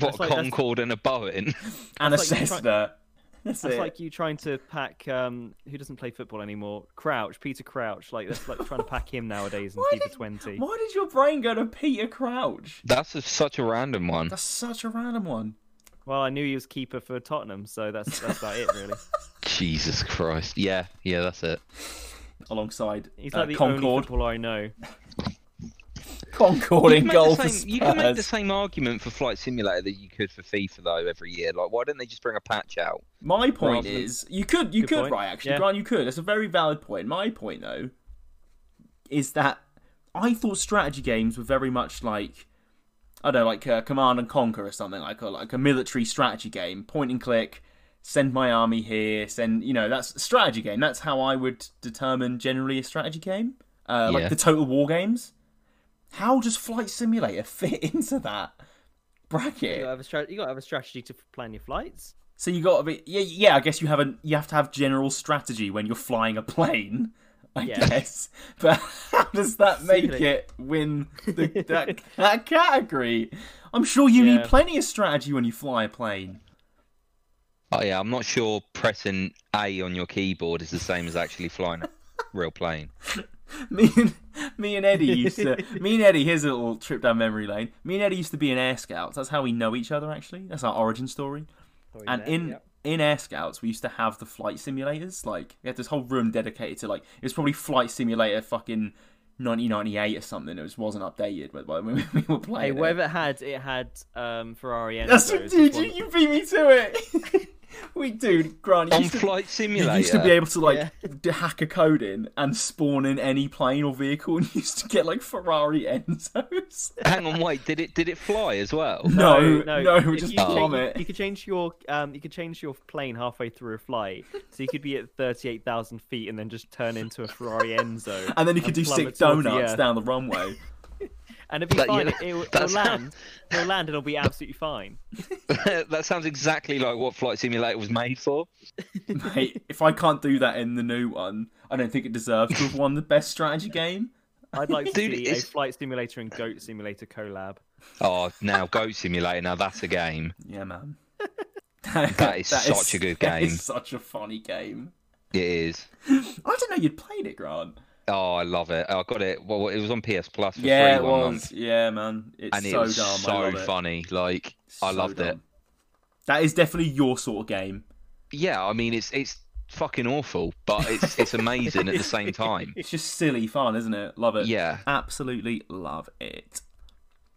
C: a
A: like- that's-
C: Concorde and a Boeing.
B: and a
A: like you try-
B: Cessna. that's
A: It's
B: it.
A: like you trying to pack um, who doesn't play football anymore, Crouch, Peter Crouch. Like that's like trying to pack him nowadays in FIFA
B: did-
A: 20.
B: Why did your brain go to Peter Crouch?
C: That's a, such a random one.
B: That's such a random one.
A: Well, I knew he was keeper for Tottenham, so that's that's about it really.
C: Jesus Christ. Yeah, yeah, that's it.
B: Alongside
A: He's
B: uh,
A: like the only
B: Concorde,
A: footballer I know.
B: Concorde in
C: make
B: goal
C: the
B: for
C: same- you can make the
B: Spurs.
C: same argument for Flight Simulator that you could for FIFA though every year. Like, why don't they just bring a patch out?
B: My point
C: Rather than-
B: is, you could, you
A: Good
B: could,
A: point.
B: right? Actually,
A: Yeah.
B: Grant, you could. That's a very valid point. My point though is that I thought strategy games were very much like I don't know, like uh, Command and Conquer or something like, or like a military strategy game, point and click. send my army here, send you know that's a strategy game. That's how I would determine generally a strategy game, uh,
C: Yeah.
B: like the Total War games. How does Flight Simulator fit into that
A: You
B: bracket?
A: gotta have a strat- you gotta have a strategy to plan your flights.
B: So you got to be yeah yeah. I guess you have a you have to have general strategy when you're flying a plane. I
A: Yeah.
B: guess, but how does that make
A: Simulate.
B: it win the, that, that category? I'm sure you need
A: Yeah.
B: plenty of strategy when you fly a plane.
C: Oh yeah, I'm not sure pressing A on your keyboard is the same as actually flying a real plane.
B: Me and me and Eddie used to. me and Eddie, here's a little trip down memory lane. Me and Eddie used to be in Air Scouts. That's how we know each other. Actually, that's our origin story.
A: Sorry,
B: And
A: Matt,
B: in
A: yep.
B: in Air Scouts, we used to have the flight simulators. Like we had this whole room dedicated to like it was probably Flight Simulator fucking 1998 or something. It was, wasn't updated, but when we, we were
A: Hey,
B: playing. it.
A: whatever it had, it had um, Ferrari and
B: That's what, dude. You, you beat me to it. we dude, Grant. You
C: On
B: used, to,
C: Flight
B: you
C: Simulator,
B: used to be able to like d hack a code in and spawn in any plane or vehicle, and you used to get like Ferrari Enzos.
C: hang on, wait, did it did it fly as well?
B: No, no, we
A: if
B: just
A: you could change-
B: vomit.
A: You could change your um, you could change your plane halfway through a flight, so you could be at thirty-eight thousand feet and then just turn into a Ferrari Enzo,
B: And then you could do
A: plummet
B: sick
A: towards the
B: donuts
A: earth.
B: down the runway.
A: and it'd be
C: That-
A: fine.
C: yeah,
A: it, will
C: that
A: it'll
C: sounds-
A: land, it'll land, and it'll be absolutely fine.
C: that sounds exactly like what Flight Simulator was made for.
B: Mate, if I can't do that in the new one, I don't think it deserves to have won the best strategy game.
A: I'd like to
C: Dude,
A: see
C: it's-
A: a flight simulator and goat simulator collab.
C: Oh, now Goat Simulator, now that's a game.
B: Yeah, man.
C: That is such a good
B: that is
C: game.
B: such a funny game.
C: It is.
B: I didn't know you'd played it, Grant.
C: Oh, I love it. I got it. Well, it was on PS Plus for
B: yeah,
C: free
B: it
C: one
B: was.
C: month,
B: Yeah, man. It's
C: and it
B: so
C: was
B: dumb. I
C: so
B: love it.
C: funny. Like, I
B: So
C: loved it.
B: dumb. That is definitely your sort of game.
C: yeah, I mean, it's it's fucking awful, but it's it's amazing at the same time.
B: It's just silly fun, isn't it? Love it.
C: Yeah,
B: Absolutely love it.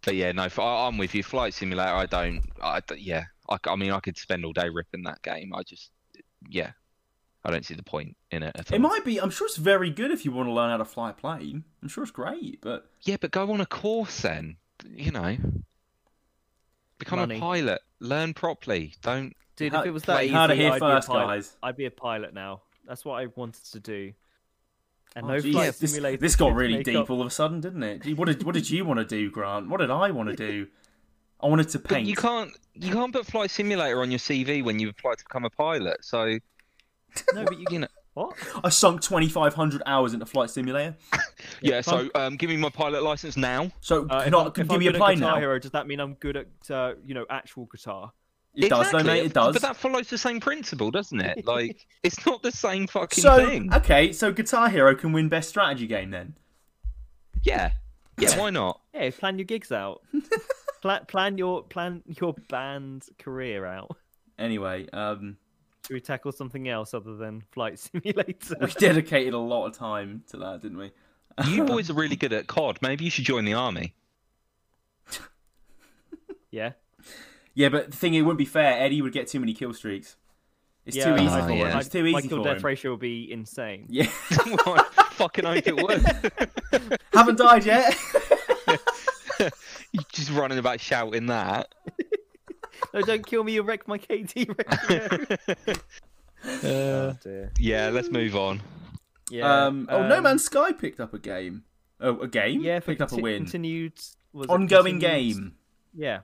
C: but yeah, no, f- I- I'm with you. Flight Simulator, I don't. I d- yeah, I, c- I mean, I could spend all day ripping that game. I just yeah, I don't see the point in it at all.
B: It might be. I'm sure it's very good if you want to learn how to fly a plane. I'm sure it's great, but
C: Yeah, but go on a course then. You know, become
A: Money.
C: a pilot. Learn properly. Don't.
A: Dude,
B: How-
A: if it was that
B: wait,
A: easy,
B: how to hear
A: I'd,
B: first,
A: be a pilot.
B: guys.
A: I'd be a pilot now. That's what I wanted to do. And
B: Oh,
A: no
B: jeez.
A: flight
B: this,
A: simulator.
B: this got
A: could
B: really
A: make
B: deep
A: up-
B: all of a sudden, didn't it? Gee, What did what did you want to do, Grant? What did I want to do? I wanted to
C: But
B: paint.
C: you can't. You can't put Flight Simulator on your CV when you apply to become a pilot. So
A: No, but you
C: you know.
A: what?
B: I sunk 2,500 hours into Flight Simulator.
C: Yeah.
A: if
C: so um, give me my pilot license now.
A: Uh,
B: So
A: if I'm-
B: not
A: if
B: give
A: I'm
B: me a
A: good at
B: plane
A: Guitar
B: now.
A: Hero, does that mean I'm good at uh, you know actual guitar?
B: It does, though,
C: Exactly,
B: mate. It does.
C: But that follows the same principle, doesn't it? Like, it's not the same fucking
B: so uh,
C: thing.
B: okay, so Guitar Hero can win best strategy game then.
C: Yeah. Yeah, why not?
A: Yeah, plan your gigs out. plan, plan your plan your band career out.
B: Anyway, um,
A: Should we tackle something else other than flight simulator?
B: we dedicated a lot of time to that, didn't we?
C: You boys are really good at COD. Maybe you should join the army.
A: yeah.
B: Yeah, but the thing it wouldn't be fair. Eddie would get too many kill streaks. It's
A: yeah,
B: too easy
A: I-
B: for
C: yeah.
B: him.
A: my-
B: It's too easy
A: My kill
B: for him.
A: death ratio will be insane.
B: Yeah,
C: I fucking hope it would.
B: haven't died yet.
C: You're just running about shouting that.
A: No, don't kill me. You wreck my KD ratio.
C: yeah, let's move on.
A: yeah.
B: um, oh, No Man's Sky picked up a game. Oh, a game?
A: Yeah,
B: picked up a
A: conti-
B: win.
A: Continued. Was it
B: Ongoing
A: continued-
B: game.
A: Yeah.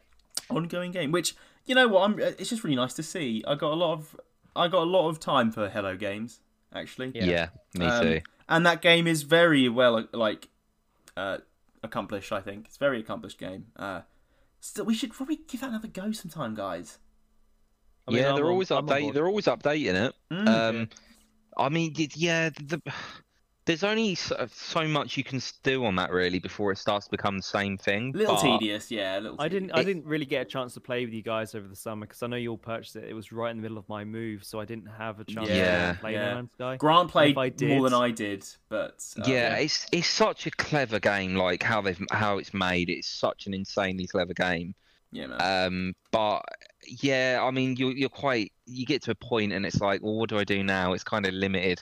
B: Ongoing game. Which you know what? I'm. uh, It's just really nice to see. I got a lot of. I got a lot of time for Hello Games actually.
A: Yeah.
C: Yeah, me
B: Um,
C: too.
B: And that game is very well like uh, accomplished. I think it's a very accomplished game. Uh, still, we should probably give that another go sometime, guys.
A: I mean,
C: yeah,
A: I'm
C: they're
A: on-
C: always
A: I'm on
C: update.
A: board.
C: They're always updating it.
B: Mm.
C: Um, I mean, it- yeah, the, there's only so, so much you can do on that really before it starts to become the same thing.
B: little
C: but-
B: tedious, yeah. a Little
A: I didn't.
B: tedious.
A: I
C: It-
A: didn't really get a chance to play with you guys over the summer because I know you all purchased it. It was right in the middle of my move, so I didn't have a chance
C: Yeah.
A: to play
B: Yeah.
A: No Man's Sky.
B: Grant played
A: If I did-
B: more than I did, but uh,
C: yeah, it's it's such a clever game. Like how they've how it's made. It's such an insanely clever game.
B: yeah, man.
C: Um, but yeah, I mean, you're you're quite. You get to a point, and it's like, well, what do I do now? It's kind of limited.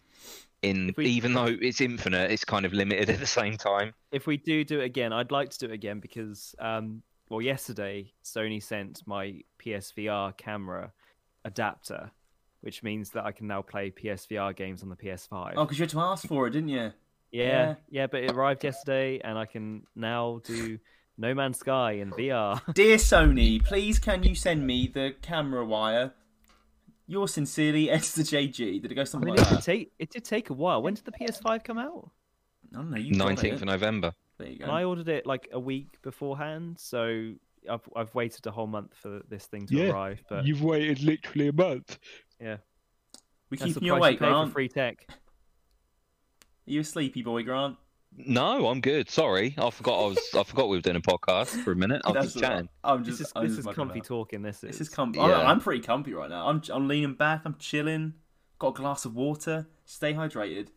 C: In
A: If we-
C: even though it's infinite, it's kind of limited at the same time.
A: If we do do it again, I'd like to do it again because, um, well, yesterday Sony sent my PSVR camera adapter which means that I can now play PSVR games on the PS5.
B: Oh, because you had to ask for it, didn't you?
A: yeah,
B: yeah.
A: yeah, but it arrived yesterday, and I can now do No Man's Sky in VR.
B: Dear Sony, please can you send me the camera wire? Yours sincerely, Esther JG. Did it go
A: I
B: something
A: mean,
B: like
A: it did
B: that?
A: take it did take a while. When did the PS5 come out?
B: I don't know. You got it.
C: Nineteenth of November.
B: There you
A: And I
B: go.
A: ordered it like a week beforehand, so I've I've waited a whole month for this thing to
D: Yeah,
A: arrive. But
D: You've waited literally a month.
B: We
A: that's the
B: keeping you
A: price
B: awake,
A: pay for
B: Grant. Are
A: free tech.
B: you a sleepy boy, Grant?
C: No, I'm good. Sorry, I forgot I was. I forgot we were doing a podcast for a minute. I was
B: That's
C: just
B: all right.
C: chatting.
B: I'm just.
A: This is
B: I'm
A: this
B: just
A: is
B: mucking
A: comfy
B: about.
A: talking. This is
B: This is comfy.
C: Yeah.
B: I'm pretty comfy right now. I'm I'm leaning back. I'm chilling. Got a glass of water. Stay hydrated.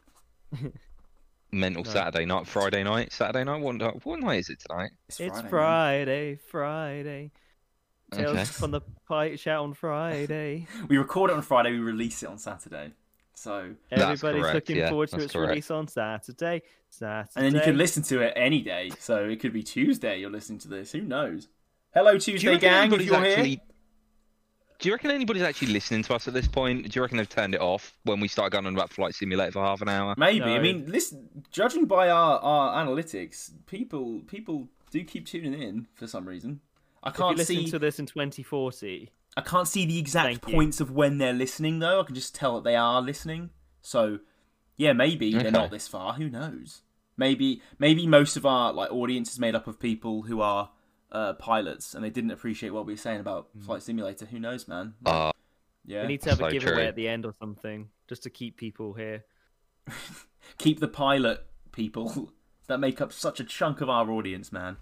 C: Mental
A: No.
C: Saturday night, Friday night, Saturday night. What, night- what night is it tonight?
B: It's,
A: It's
B: man.
A: Friday, Friday. Tales
C: Okay.
A: from the Pike shout on Friday.
B: We record it on Friday. We release it on Saturday. So
C: That's
A: Everybody's
C: correct,
A: looking
C: yeah,
A: forward to
C: that's
A: its
C: correct.
A: release on Saturday. Saturday.
B: and then you can listen to it any day. So it could be Tuesday. You're listening to this. Who knows? Hello Tuesday, gang. If
C: anybody's
B: you're here.
C: Do you reckon anybody's actually listening to us at this point? Do you reckon they've turned it off when we start going on about Flight Simulator for half an hour?
B: Maybe. I
A: No.
B: mean, listen. Judging by our, our analytics, people people do keep tuning in for some reason. I
A: If you
B: can't
A: listen
B: see.
A: to this in 2040,
B: I can't see the exact
A: Thank you.
B: points of when they're listening, though. I can just tell that they are listening. So, yeah, maybe
C: Okay.
B: they're not this far. Who knows? Maybe maybe most of our like audience is made up of people who are uh, pilots and they didn't appreciate what we were saying about Flight Simulator. Who knows, man?
C: Uh,
B: yeah,
A: Mm. we need to have
C: So
A: a giveaway
C: true.
A: at the end or something just to keep people here.
B: keep the pilot people that make up such a chunk of our audience, man.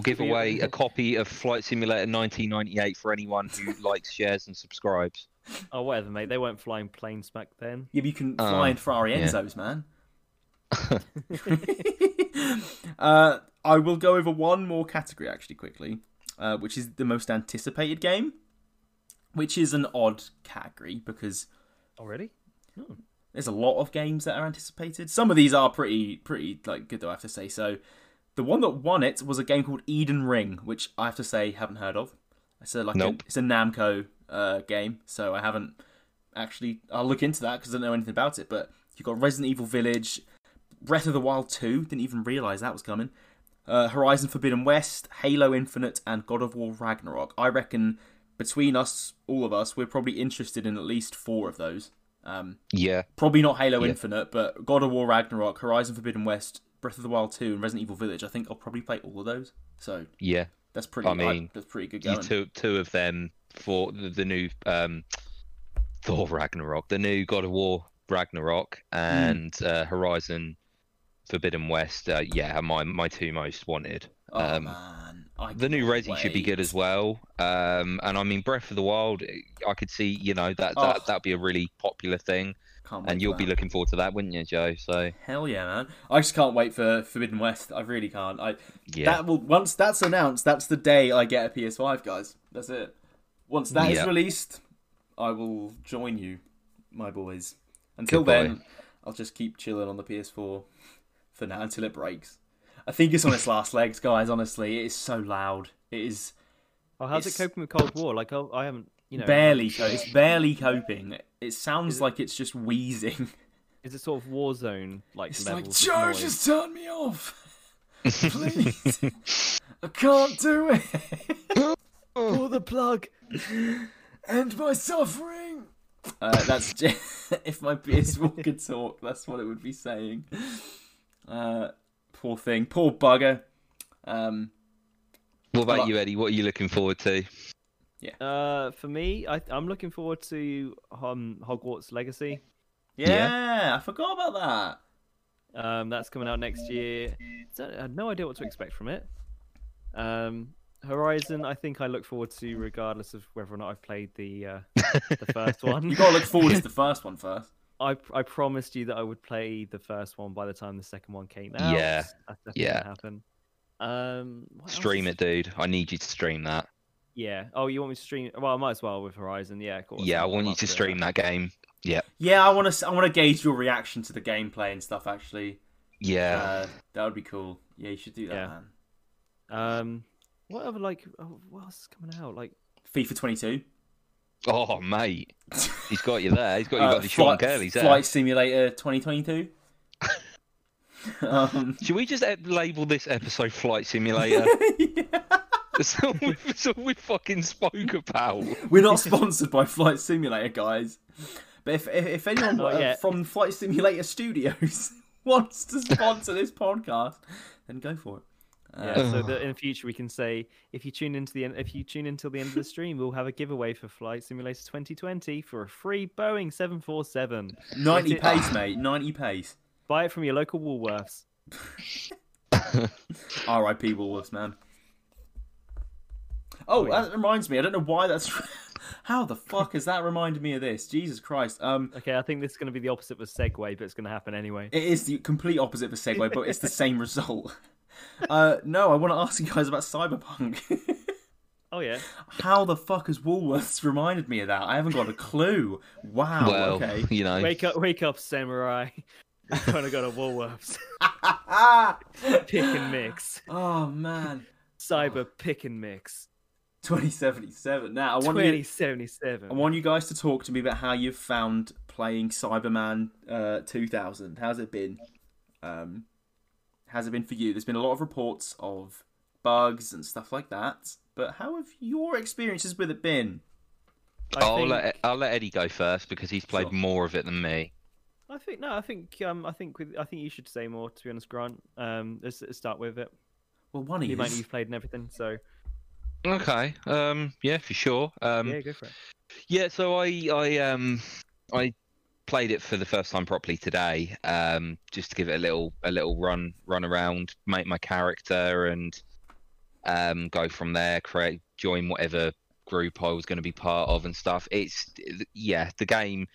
C: give
A: We-
C: away a copy of Flight Simulator 1998 for anyone who likes, shares, and subscribes.
A: Oh, whatever, mate. They weren't flying planes back then.
B: Yeah, but you can fly
C: Oh,
B: in Ferrari
C: yeah.
B: Enzos, man. uh, I will go over one more category actually quickly, uh, which is the most anticipated game, which is an odd category because
A: Already?
B: there's a lot of games that are anticipated. Some of these are pretty pretty like good though, I have to say. So the one that won it was a game called Eden Ring, which I have to say haven't heard of. It's a like a-
C: Nope.
B: it's a Namco uh, game, so I haven't actually. I'll look into that because I don't know anything about it. But you've got Resident Evil Village, Breath of the Wild Two. Didn't even realize that was coming. Uh, Horizon Forbidden West, Halo Infinite, and God of War Ragnarok. I reckon between us, all of us, we're probably interested in at least four of those. Um,
C: Yeah,
B: probably not Halo
C: Yeah.
B: Infinite, but God of War Ragnarok, Horizon Forbidden West, Breath of the Wild 2, and Resident Evil Village. I think I'll probably play all of those. So
C: yeah.
B: that's pretty.
C: I mean,
B: that's pretty good
C: You
B: going.
C: took two of them for the, the new um, Thor Ragnarok, the new God of War Ragnarok, and
B: Hmm.
C: uh, Horizon Forbidden West. Uh, yeah, my my two most wanted.
B: oh
C: um,
B: man, I
C: The new
B: can't
C: Resi should be good
B: wait.
C: as well. Um, and I mean, Breath of the Wild, I could see, you know, that,
B: Oh.
C: that, that'd be a really popular thing.
B: Can't wait
C: And
B: for
C: you'll be
B: that.
C: looking forward to that, wouldn't you, Joe? So,
B: Hell yeah, man! I just can't wait for Forbidden West. I really can't. I
C: yeah.
B: that will once that's announced, that's the day I get a PS5, guys. That's it. Once that is
C: Yeah.
B: released, I will join you, my boys. Until
C: Good boy.
B: then, I'll just keep chilling on the PS4 for now until it breaks. I think it's on its last legs, guys. Honestly, it is so loud. It is
A: Oh, how's
B: It's-
A: it coping with Cold War? Like, oh, I haven't, you know.
B: barely. Co- it's barely coping. It sounds
A: Is it-
B: like it's just wheezing.
A: Is it sort of war zone like
B: It's like
A: levels?
B: Joe
A: of noise?
B: just turn me off. Please, I can't do it.
A: Pull the plug.
B: End my suffering. Uh, that's j- if my PS4 could talk, that's what it would be saying. Uh, poor thing, poor bugger. Um,
C: What about
B: Well,
C: you, Eddie? What are you looking forward to?
A: Uh, for me, I, I'm looking forward to um, Hogwarts Legacy.
B: yeah,
C: Yeah.
B: I forgot about that.
A: Um, that's coming out next year. So I had no idea what to expect from it. Um, Horizon, I think I look forward to regardless of whether or not I've played the uh, the first one.
B: You gotta look forward to the first one first.
A: I I promised you that I would play the first one by the time the second one came out.
C: Yeah,
A: that's definitely
C: yeah.
A: gonna happen. Um, what else
C: Stream
A: is-
C: it, dude. I need you to stream that.
A: Yeah. Oh, you want me to stream? Well, I might as well with Horizon. Yeah. Of course.
C: Yeah, I
A: I'll-
C: want
A: I'll
C: you to
A: do
C: stream that game.
B: Yeah, I want to. I want to gauge your reaction to the gameplay and stuff. Actually,
C: Yeah.
B: uh, that would be cool. Yeah, you should do that,
A: Yeah.
B: man.
A: Um, what other like? Oh, what else is coming out? Like,
B: FIFA 22.
C: Oh, mate, he's got you there. He's got you
B: Uh,
C: got the Sean
B: Flight-
C: Curlys there.
B: Flight Simulator 2022. um,
C: Should we just e- label this episode Flight Simulator? That's all we, that's all we fucking spoke about.
B: We're not sponsored by Flight Simulator, guys. But if if, if anyone
A: Not
B: uh,
A: yet.
B: from Flight Simulator Studios wants to sponsor this podcast, then go for it.
A: Yeah, so that in future we can say if you tune into the end, if you tune until the end of the stream, we'll have a giveaway for Flight Simulator 2020 for a free Boeing 747.
B: Ninety
A: If it-
B: pace, mate. Ninety pace.
A: Buy it from your local Woolworths.
B: R.I.P. Woolworths, man. Oh,
A: yeah.
B: that reminds me. I don't know why that's. How the fuck has that reminded me of this? Jesus Christ. Um,
A: Okay, I think this is going to be the opposite of a segue, but it's going to happen anyway.
B: It is the complete opposite of a segue, but it's the same result. Uh, no, I want to ask you guys about Cyberpunk.
A: Oh yeah,
B: How the fuck has Woolworths reminded me of that? I haven't got a clue. Wow.
C: well,
B: Oh, okay.
C: you know,
A: wake up, wake up, samurai. We're trying to go to Woolworths. Pick and mix,
B: Oh man.
A: cyber pick and mix.
B: 2077. Now I want you.
A: 2077.
B: I want you guys to talk to me about how you've found playing Cyberman uh, 2000. How's it been? Um, how's it been for you? There's been a lot of reports of bugs and stuff like that, but how have your experiences with it been?
A: I
C: I'll
A: think-
C: let I'll let Eddie go first because he's played
B: Sure.
C: more of it than me.
A: I think no. I think um. I think with, I think you should say more. To be honest, Grant. Um. Let's, let's start with it.
B: Well, one
A: The
B: of you.
A: amount you've played and everything. So
C: Okay. Um. Yeah, for sure. Um.
A: yeah, go for it.
C: Yeah, so I I um I played it for the first time properly today, um, just to give it a little a little run run around, make my character and um go from there, create join whatever group I was going to be part of and stuff. It's yeah, the game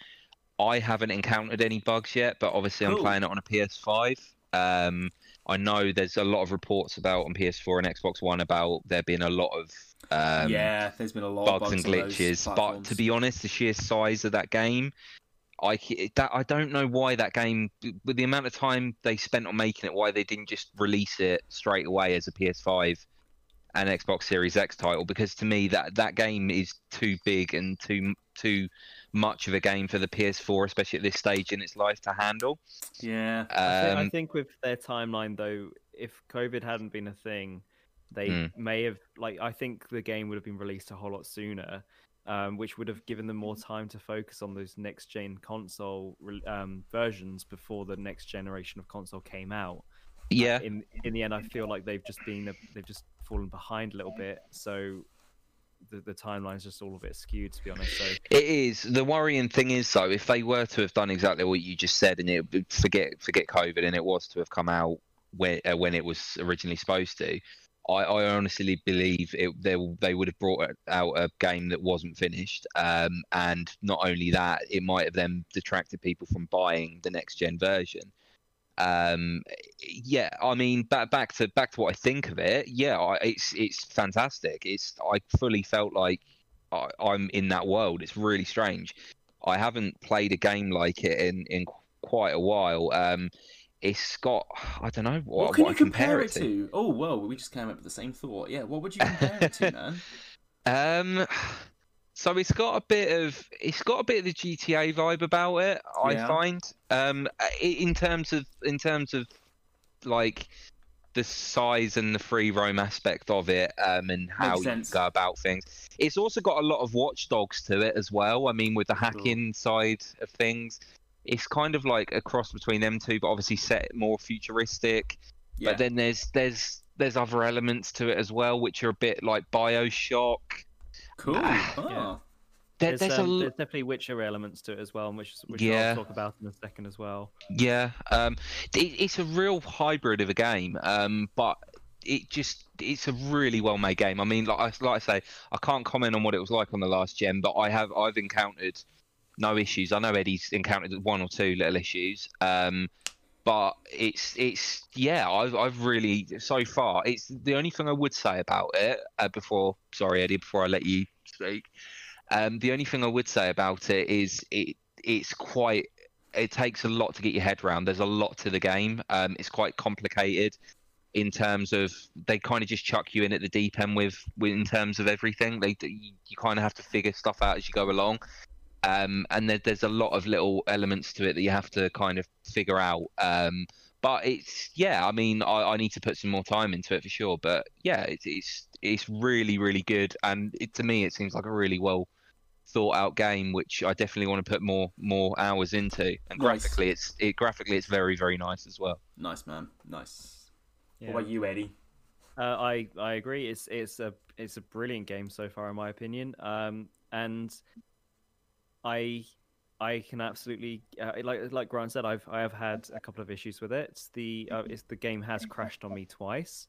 C: I haven't encountered any bugs yet, but obviously I'm
B: Cool.
C: playing it on a PS5. Um I know there's a lot of reports about on PS4 and Xbox One about there being a lot of um
B: yeah, there's been a lot
C: bugs,
B: of
C: and
B: bugs on those
C: glitches. But to
B: platforms.
C: be honest, the sheer size of that game, I c- that I don't know why that game, with the amount of time they spent on making it, why they didn't just release it straight away as a PS5 and Xbox Series X title. Because to me, that that game is too big and too too much of a game for the PS4, especially at this stage in its life, to handle.
B: yeah,
A: I, think, I
C: Um,
A: think with their timeline though, if COVID hadn't been a thing, they
C: Mm.
A: may have like I think the game would have been released a whole lot sooner, um, which would have given them more time to focus on those next gen console re- um, versions before the next generation of console came out.
C: yeah,
A: in in the end, I feel like they've just been they've just fallen behind a little bit. So the the timeline's just all a bit skewed, to be honest. So
C: It is. The worrying thing is, though, if they were to have done exactly what you just said, and it forget forget COVID, and it was to have come out when uh, when it was originally supposed to, I, I honestly believe it, they they would have brought out a game that wasn't finished. Um, and not only that, it might have then detracted people from buying the next gen version. Um, yeah, I mean, back back to back to what I think of it. Yeah, I, it's it's fantastic. It's I fully felt like. I, I'm in that world. It's really strange. I haven't played a game like it in in qu- quite a while. Um, it's got I don't know what,
B: what can
C: what
B: you
C: I compare,
B: it to? Oh, whoa, we just came up with the same thought. Yeah, what would you compare it to, man?
C: Um, so it's got a bit of it's got a bit of the GTA vibe about it.
B: Yeah.
C: I find um i- in terms of in terms of like the size and the free roam aspect of it um and how you
B: sense.
C: go about things. It's also got a lot of watchdogs to it as well. I mean, with the hacking side of things, it's kind of like a cross between them two, but obviously set more futuristic
B: Yeah,
C: but then there's there's there's other elements to it as well which are a bit like bioshock
B: cool.
C: Ah.
B: Oh.
A: Yeah.
C: there, there's a
A: um,
C: l-
A: there's definitely Witcher elements to it as well, and which, which
C: Yeah.
A: I'll talk about in a second as well.
C: yeah um it, it's a real hybrid of a game um but it just it's a really well made game i mean like I, like I say i can't comment on what it was like on the last gen but i have i've encountered no issues i know eddie's encountered one or two little issues um but it's it's yeah i've i've really so far it's the only thing i would say about it uh, before sorry eddie before i let you speak um the only thing i would say about it is it it's quite it takes a lot to get your head round. There's a lot to the game. Um, it's quite complicated. in terms of they kind of just chuck you in at the deep end with, with in terms of everything. They you, you kind of have to figure stuff out as you go along. Um, and there, there's a lot of little elements to it that you have to kind of figure out. Um, but it's yeah, I mean, I, I need to put some more time into it for sure. But yeah, it's it's it's really really good, and it, to me, it seems like a really well thought out game, which I definitely want to put more more hours into. And
B: Nice.
C: graphically, it's it graphically it's very very nice as well.
B: Nice man, nice.
A: Yeah.
B: What about you, Eddie?
A: Uh, I I agree. It's it's a it's a brilliant game so far, in my opinion. Um, and I I can absolutely uh, like like Grant said. I've I have had a couple of issues with it. It's the uh, it's the game has crashed on me twice.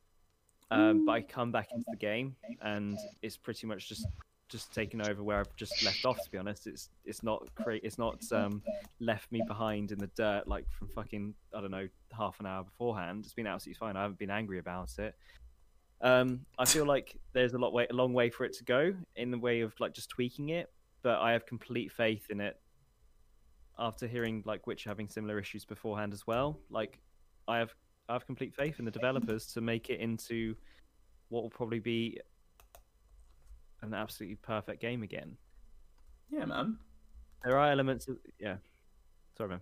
A: Um, but I come back into the game and it's pretty much just just taken over where I've just left off. To be honest, it's it's not cre- it's not um, left me behind in the dirt like from fucking I don't know half an hour beforehand. It's been absolutely fine. I haven't been angry about it. Um, I feel like there's a lot way, a long way for it to go in the way of like just tweaking it, but I have complete faith in it. After hearing like Witcher having similar issues beforehand as well, like I have I have complete faith in the developers to make it into what will probably be an absolutely perfect game again.
B: Yeah, man.
A: There are elements of yeah. Sorry, man.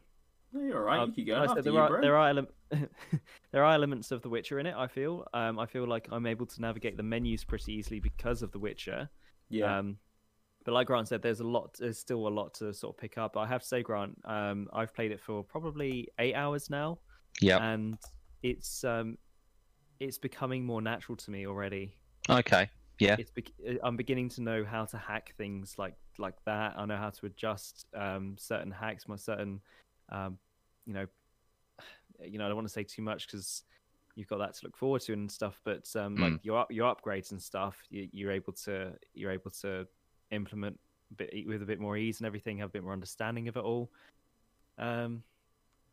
B: No, you're all right.
A: Um,
B: you keep going.
A: I said
B: After
A: there
B: you,
A: are
B: bro.
A: there are ele- there are elements of The Witcher in it. I feel um, I feel like I'm able to navigate the menus pretty easily because of The Witcher.
B: yeah.
A: Um, but like Grant said, there's a lot. There's still a lot to sort of pick up. But I have to say, Grant, um, I've played it for probably eight hours now,
C: Yeah.
A: and it's um, it's becoming more natural to me already.
C: okay. Yeah.
A: It's bec I'm beginning to know how to hack things like like that. I know how to adjust um, certain hacks, my certain, um, you know, you know. I don't want to say too much because you've got that to look forward to and stuff. But um,
C: Hmm.
A: like your up- your upgrades and stuff, you, you're able to you're able to implement a bit, e, with a bit more ease and everything, have a bit more understanding of it all. Um,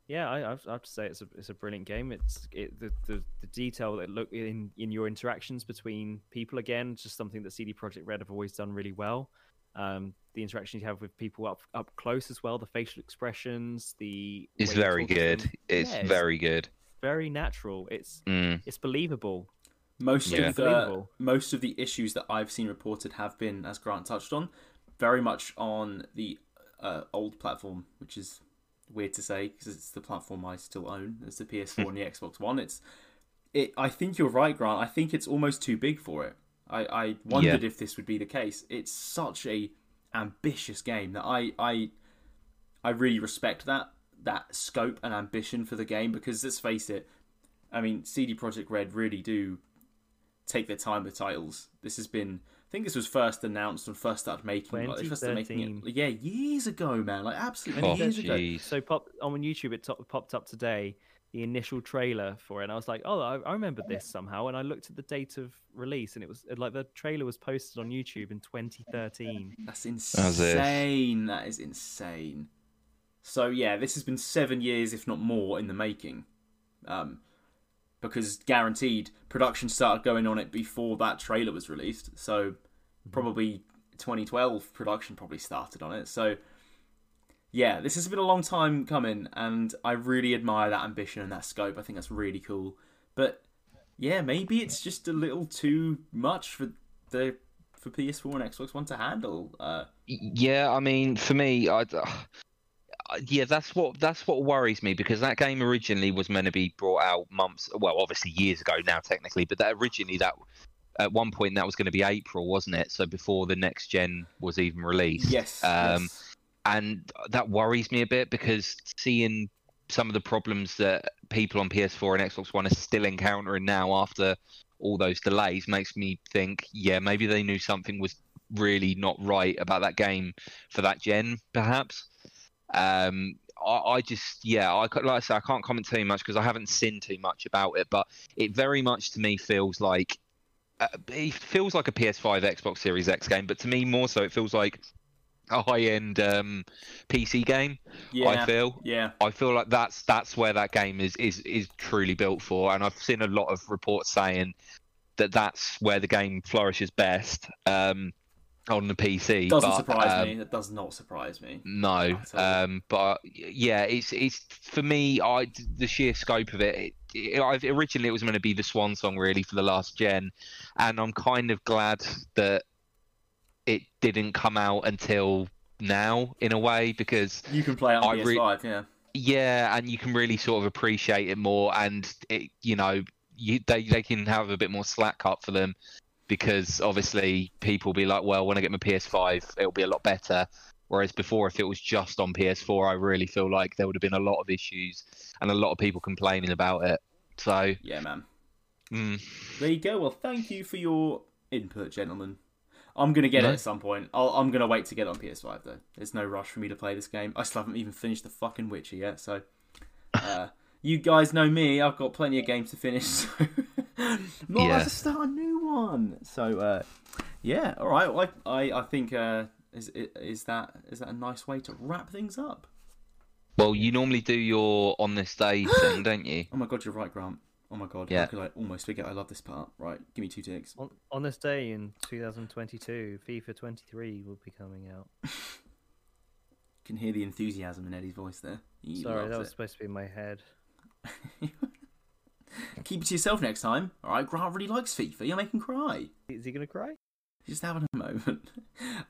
A: yeah, I, I have- I have to say it's a it's a brilliant game. It's it, the, the the detail that look in in your interactions between people again, it's just something that CD Projekt Red have always done really well. Um, the interactions you have with people up up close as well, the facial expressions, the
C: It's
A: way you
C: very
A: talk to them.
C: good. It's
A: Yeah, it's-
C: very good.
A: very natural. It's
C: Mm.
A: it's believable.
B: Most
C: Yeah.
B: of the
A: Unbelievable.
B: most of the issues that I've seen reported have been, as Grant touched on, very much on the uh, old platform, which is weird to say because it's the platform I still own. It's the PS4 and the Xbox One. It's it. I think you're right, Grant. I think it's almost too big for it. I, I wondered if this would be the case. It's such a ambitious game that I, I I really respect that that scope and ambition for the game because let's face it, I mean CD Projekt Red really do take their time with titles. This has been I think this was first announced and first started making like, they first started making it
A: 2013.
B: yeah years ago man like absolutely
C: Oh,
B: years ago
C: jeez.
A: So pop on YouTube, it top, popped up today the initial trailer for it, and I was like, oh, I, I remember this somehow. And I looked at the date of release, and it was like the trailer was posted on YouTube in 2013.
B: That's
C: As if.
B: insane. That is insane. So yeah, this has been seven years, if not more, in the making. Um, because guaranteed, production started going on it before that trailer was released. So probably 2012 production probably started on it. So yeah, this has been a long time coming, and I really admire that ambition and that scope. I think that's really cool. But yeah, maybe it's just a little too much for the for PS4 and Xbox One to handle. Uh,
C: Yeah, I mean, for me, I I- yeah, that's what that's what worries me because that game originally was meant to be brought out months, well, obviously years ago now technically, but that originally that at one point that was going to be April, wasn't it? So before the next gen was even released.
B: yes.
C: Um,
B: yes.
C: and that worries me a bit because seeing some of the problems that people on PS4 and Xbox One are still encountering now after all those delays makes me think, yeah, maybe they knew something was really not right about that game for that gen, perhaps. Um, I, I just, yeah, I ca- like I say, I can't comment too much because I haven't seen too much about it, but it very much to me feels like uh, it feels like a PS5 Xbox Series X game, but to me more so, it feels like a high-end um, PC game.
B: yeah.
C: I feel.
B: yeah.
C: I feel like that's that's where that game is is is truly built for, and I've seen a lot of reports saying that that's where the game flourishes best. Um, on the PC.
B: Doesn't
C: but,
B: surprise
C: um,
B: me. That does not surprise me.
C: No,
B: At all.
C: um, but yeah, it's it's for me. I the sheer scope of it. it, it I, originally, it was meant to be the swan song, really, for the last gen, and I'm kind of glad that it didn't come out until now, in a way, because
B: You can play it
C: I
B: on
C: re-
B: PS5, yeah.
C: yeah, and you can really sort of appreciate it more, and it, you know, you they they can have a bit more slack up for them because obviously people be like, well, when I get my PS5, it'll be a lot better. Whereas before, if it was just on PS4, I really feel like there would have been a lot of issues and a lot of people complaining about it. So,
B: Yeah, man.
C: mm,
B: There you go. Well, thank you for your input, gentlemen. I'm gonna get
C: No.
B: it at some point. I'll, I'm gonna wait to get it on PS5 though. There's no rush for me to play this game. I still haven't even finished the fucking Witcher yet, so uh, you guys know me. I've got plenty of games to finish. So I'm not allowed
C: Yeah.
B: to start a new one. So uh, yeah, all right. Well, I I, I think uh, is is that is that a nice way to wrap things up?
C: well, you normally do your on this day thing, don't you?
B: Oh my god, you're right, Grant. Oh my god,
C: Yeah.
B: how could I almost forget? I love this part. Right, give me two ticks.
A: On, on this day in 2022, FIFA 23 will be coming out.
B: Can hear the enthusiasm in Eddie's voice there. He
A: Sorry,
B: loves
A: that was
B: it.
A: supposed to be in my head.
B: Keep it to yourself next time. All right, Grant really likes FIFA. You're making cry.
A: Is he gonna cry?
B: He's just having a moment.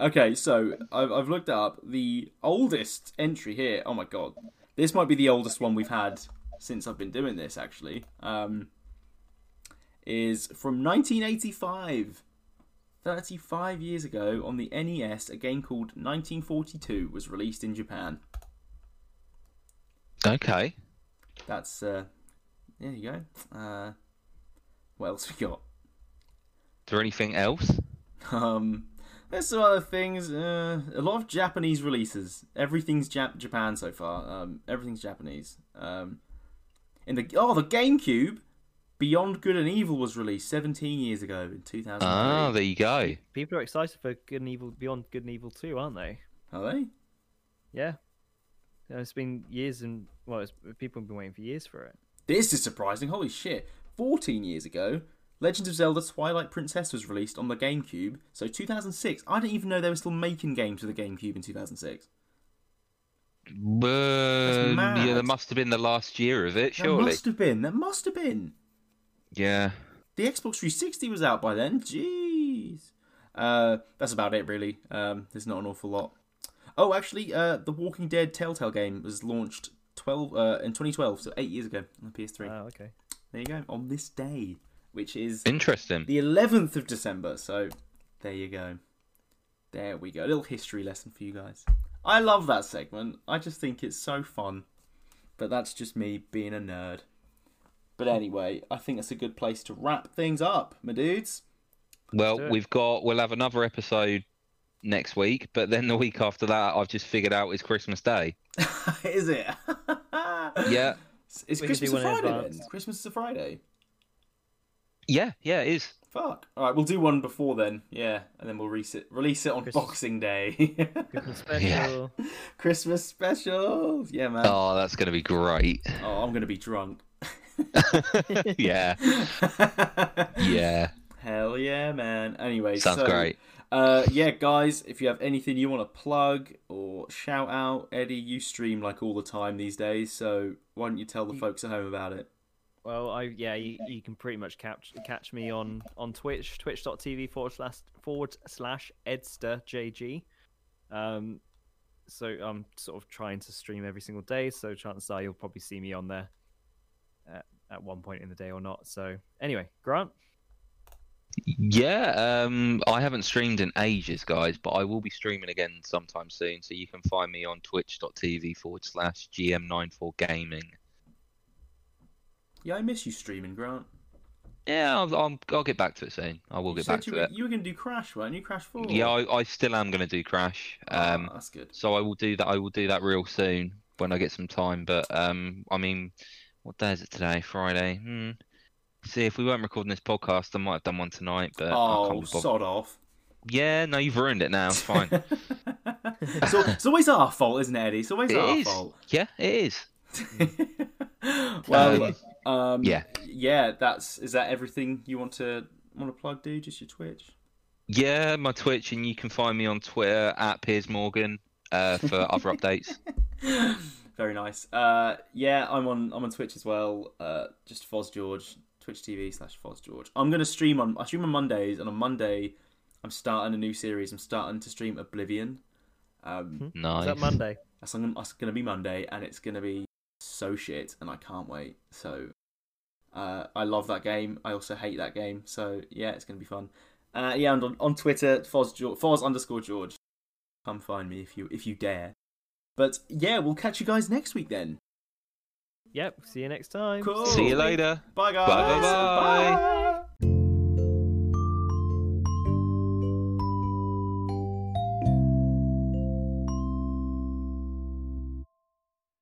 B: okay, so I've, I've looked up the oldest entry here. Oh my god, this might be the oldest one we've had since I've been doing this. Actually, um, is from 1985. 35 years ago on the NES, a game called 1942 was released in Japan.
C: Okay.
B: That's uh, there you go. Uh, what else we got?
C: Is there anything else?
B: Um, there's some other things. Uh, a lot of Japanese releases. Everything's Jap- Japan so far. Um, everything's Japanese. Um, in the oh, the GameCube, Beyond Good and Evil was released 17 years ago in 2003.
C: Ah, there you go.
A: People are excited for Good and Evil Beyond Good and Evil 2, aren't they?
B: Are they?
A: Yeah. Yeah, It's been years and well, it's, people have been waiting for years for it.
B: This is surprising. Holy shit! 14 years ago. Legend of Zelda Twilight Princess was released on the GameCube, so 2006. I didn't even know they were still making games for the GameCube in 2006.
C: Uh, yeah,
B: mad.
C: that must have been the last year of it,
B: That
C: surely.
B: must have been. That must have been.
C: Yeah.
B: The Xbox 360 was out by then. Jeez. Uh, that's about it, really. Um, there's not an awful lot. Oh, actually, uh, the Walking Dead Telltale game was launched 12 uh, in 2012, so eight years ago on the PS3.
A: Oh, okay.
B: there you go. On this day, which is
C: Interesting.
B: the 11th of December. So there you go. There we go. A little history lesson for you guys. I love that segment. I just think it's so fun. But that's just me being a nerd. But anyway, I think that's a good place to wrap things up, my dudes.
C: Well,
A: do it.
C: we've got we'll have another episode next week, but then the week after that, I've just figured out is Christmas Day.
B: Is it?
C: Yeah,
B: It's
A: We could do
B: Christmas a
A: one in
B: Friday
A: advance.
B: then. Christmas is a Friday.
C: yeah, yeah, it is.
B: Fuck. All right, we'll do one before then. Yeah, and then we'll release it. Release it on
A: Christmas-
B: Boxing Day.
A: Christmas special.
B: Christmas specials. Yeah, man.
C: Oh, that's gonna be great.
B: oh I'm gonna be drunk.
C: yeah, yeah,
B: Hell yeah, man. Anyway,
C: sounds
B: so,
C: great.
B: Uh, yeah, guys, if you have anything you want to plug or shout out, Eddie, you stream like all the time these days, so why don't you tell the folks at home about it?
A: Well, I yeah, you, you can pretty much catch catch me on on Twitch, twitch.tv forward slash forward slash edsterjg. Um, so I'm sort of trying to stream every single day, so chances are you'll probably see me on there at, at one point in the day or not. So anyway, Grant,
C: Yeah, um, I haven't streamed in ages, guys, but I will be streaming again sometime soon. So you can find me on twitch.tv forward slash gm94gaming.
B: Yeah, I miss you streaming, Grant.
C: Yeah, I'll, I'll, I'll get back to it soon. I will
B: you
C: get
B: said
C: back
B: you
C: to
B: were,
C: it.
B: You were going to do Crash, weren't you? Crash 4?
C: Yeah, I, I still am gonna do Crash.
B: Ah,
C: Um,
B: that's good.
C: So I will do that. I will do that real soon when I get some time. But um, I mean, what day is it today? Friday. Hmm. See, if we weren't recording this podcast, I might have done one tonight. But uh, I
B: oh,
C: can't be bothered.
B: sod off.
C: yeah, no, you've ruined it now. It's fine.
B: so, it's always our fault, isn't it, Eddie? It's always
C: It
B: our
C: is.
B: fault.
C: yeah, it is.
B: well, um,
C: yeah.
B: yeah. That's is that everything you want to want to plug? Do just your Twitch.
C: Yeah, my Twitch, and you can find me on Twitter at Piers Morgan uh, for other updates.
B: Very nice. Uh, yeah, I'm on I'm on Twitch as well. Uh, just Foz George, Twitch TV slash Foz George. I'm gonna stream on I stream on Mondays, and on Monday, I'm starting a new series. I'm starting to stream Oblivion. Um,
C: Nice.
A: Is that Monday?
B: that's, on- that's gonna be Monday, and it's gonna be so shit, and I can't wait. So, uh, I love that game. I also hate that game. So yeah, it's gonna be fun. Uh, yeah, and on, on Twitter, Foz George, Foz underscore George. Come find me if you if you dare. But yeah, we'll catch you guys next week then.
A: Yep. See you next time.
B: Cool.
C: See you later.
B: Bye guys.
C: Bye, bye, bye.
B: Bye.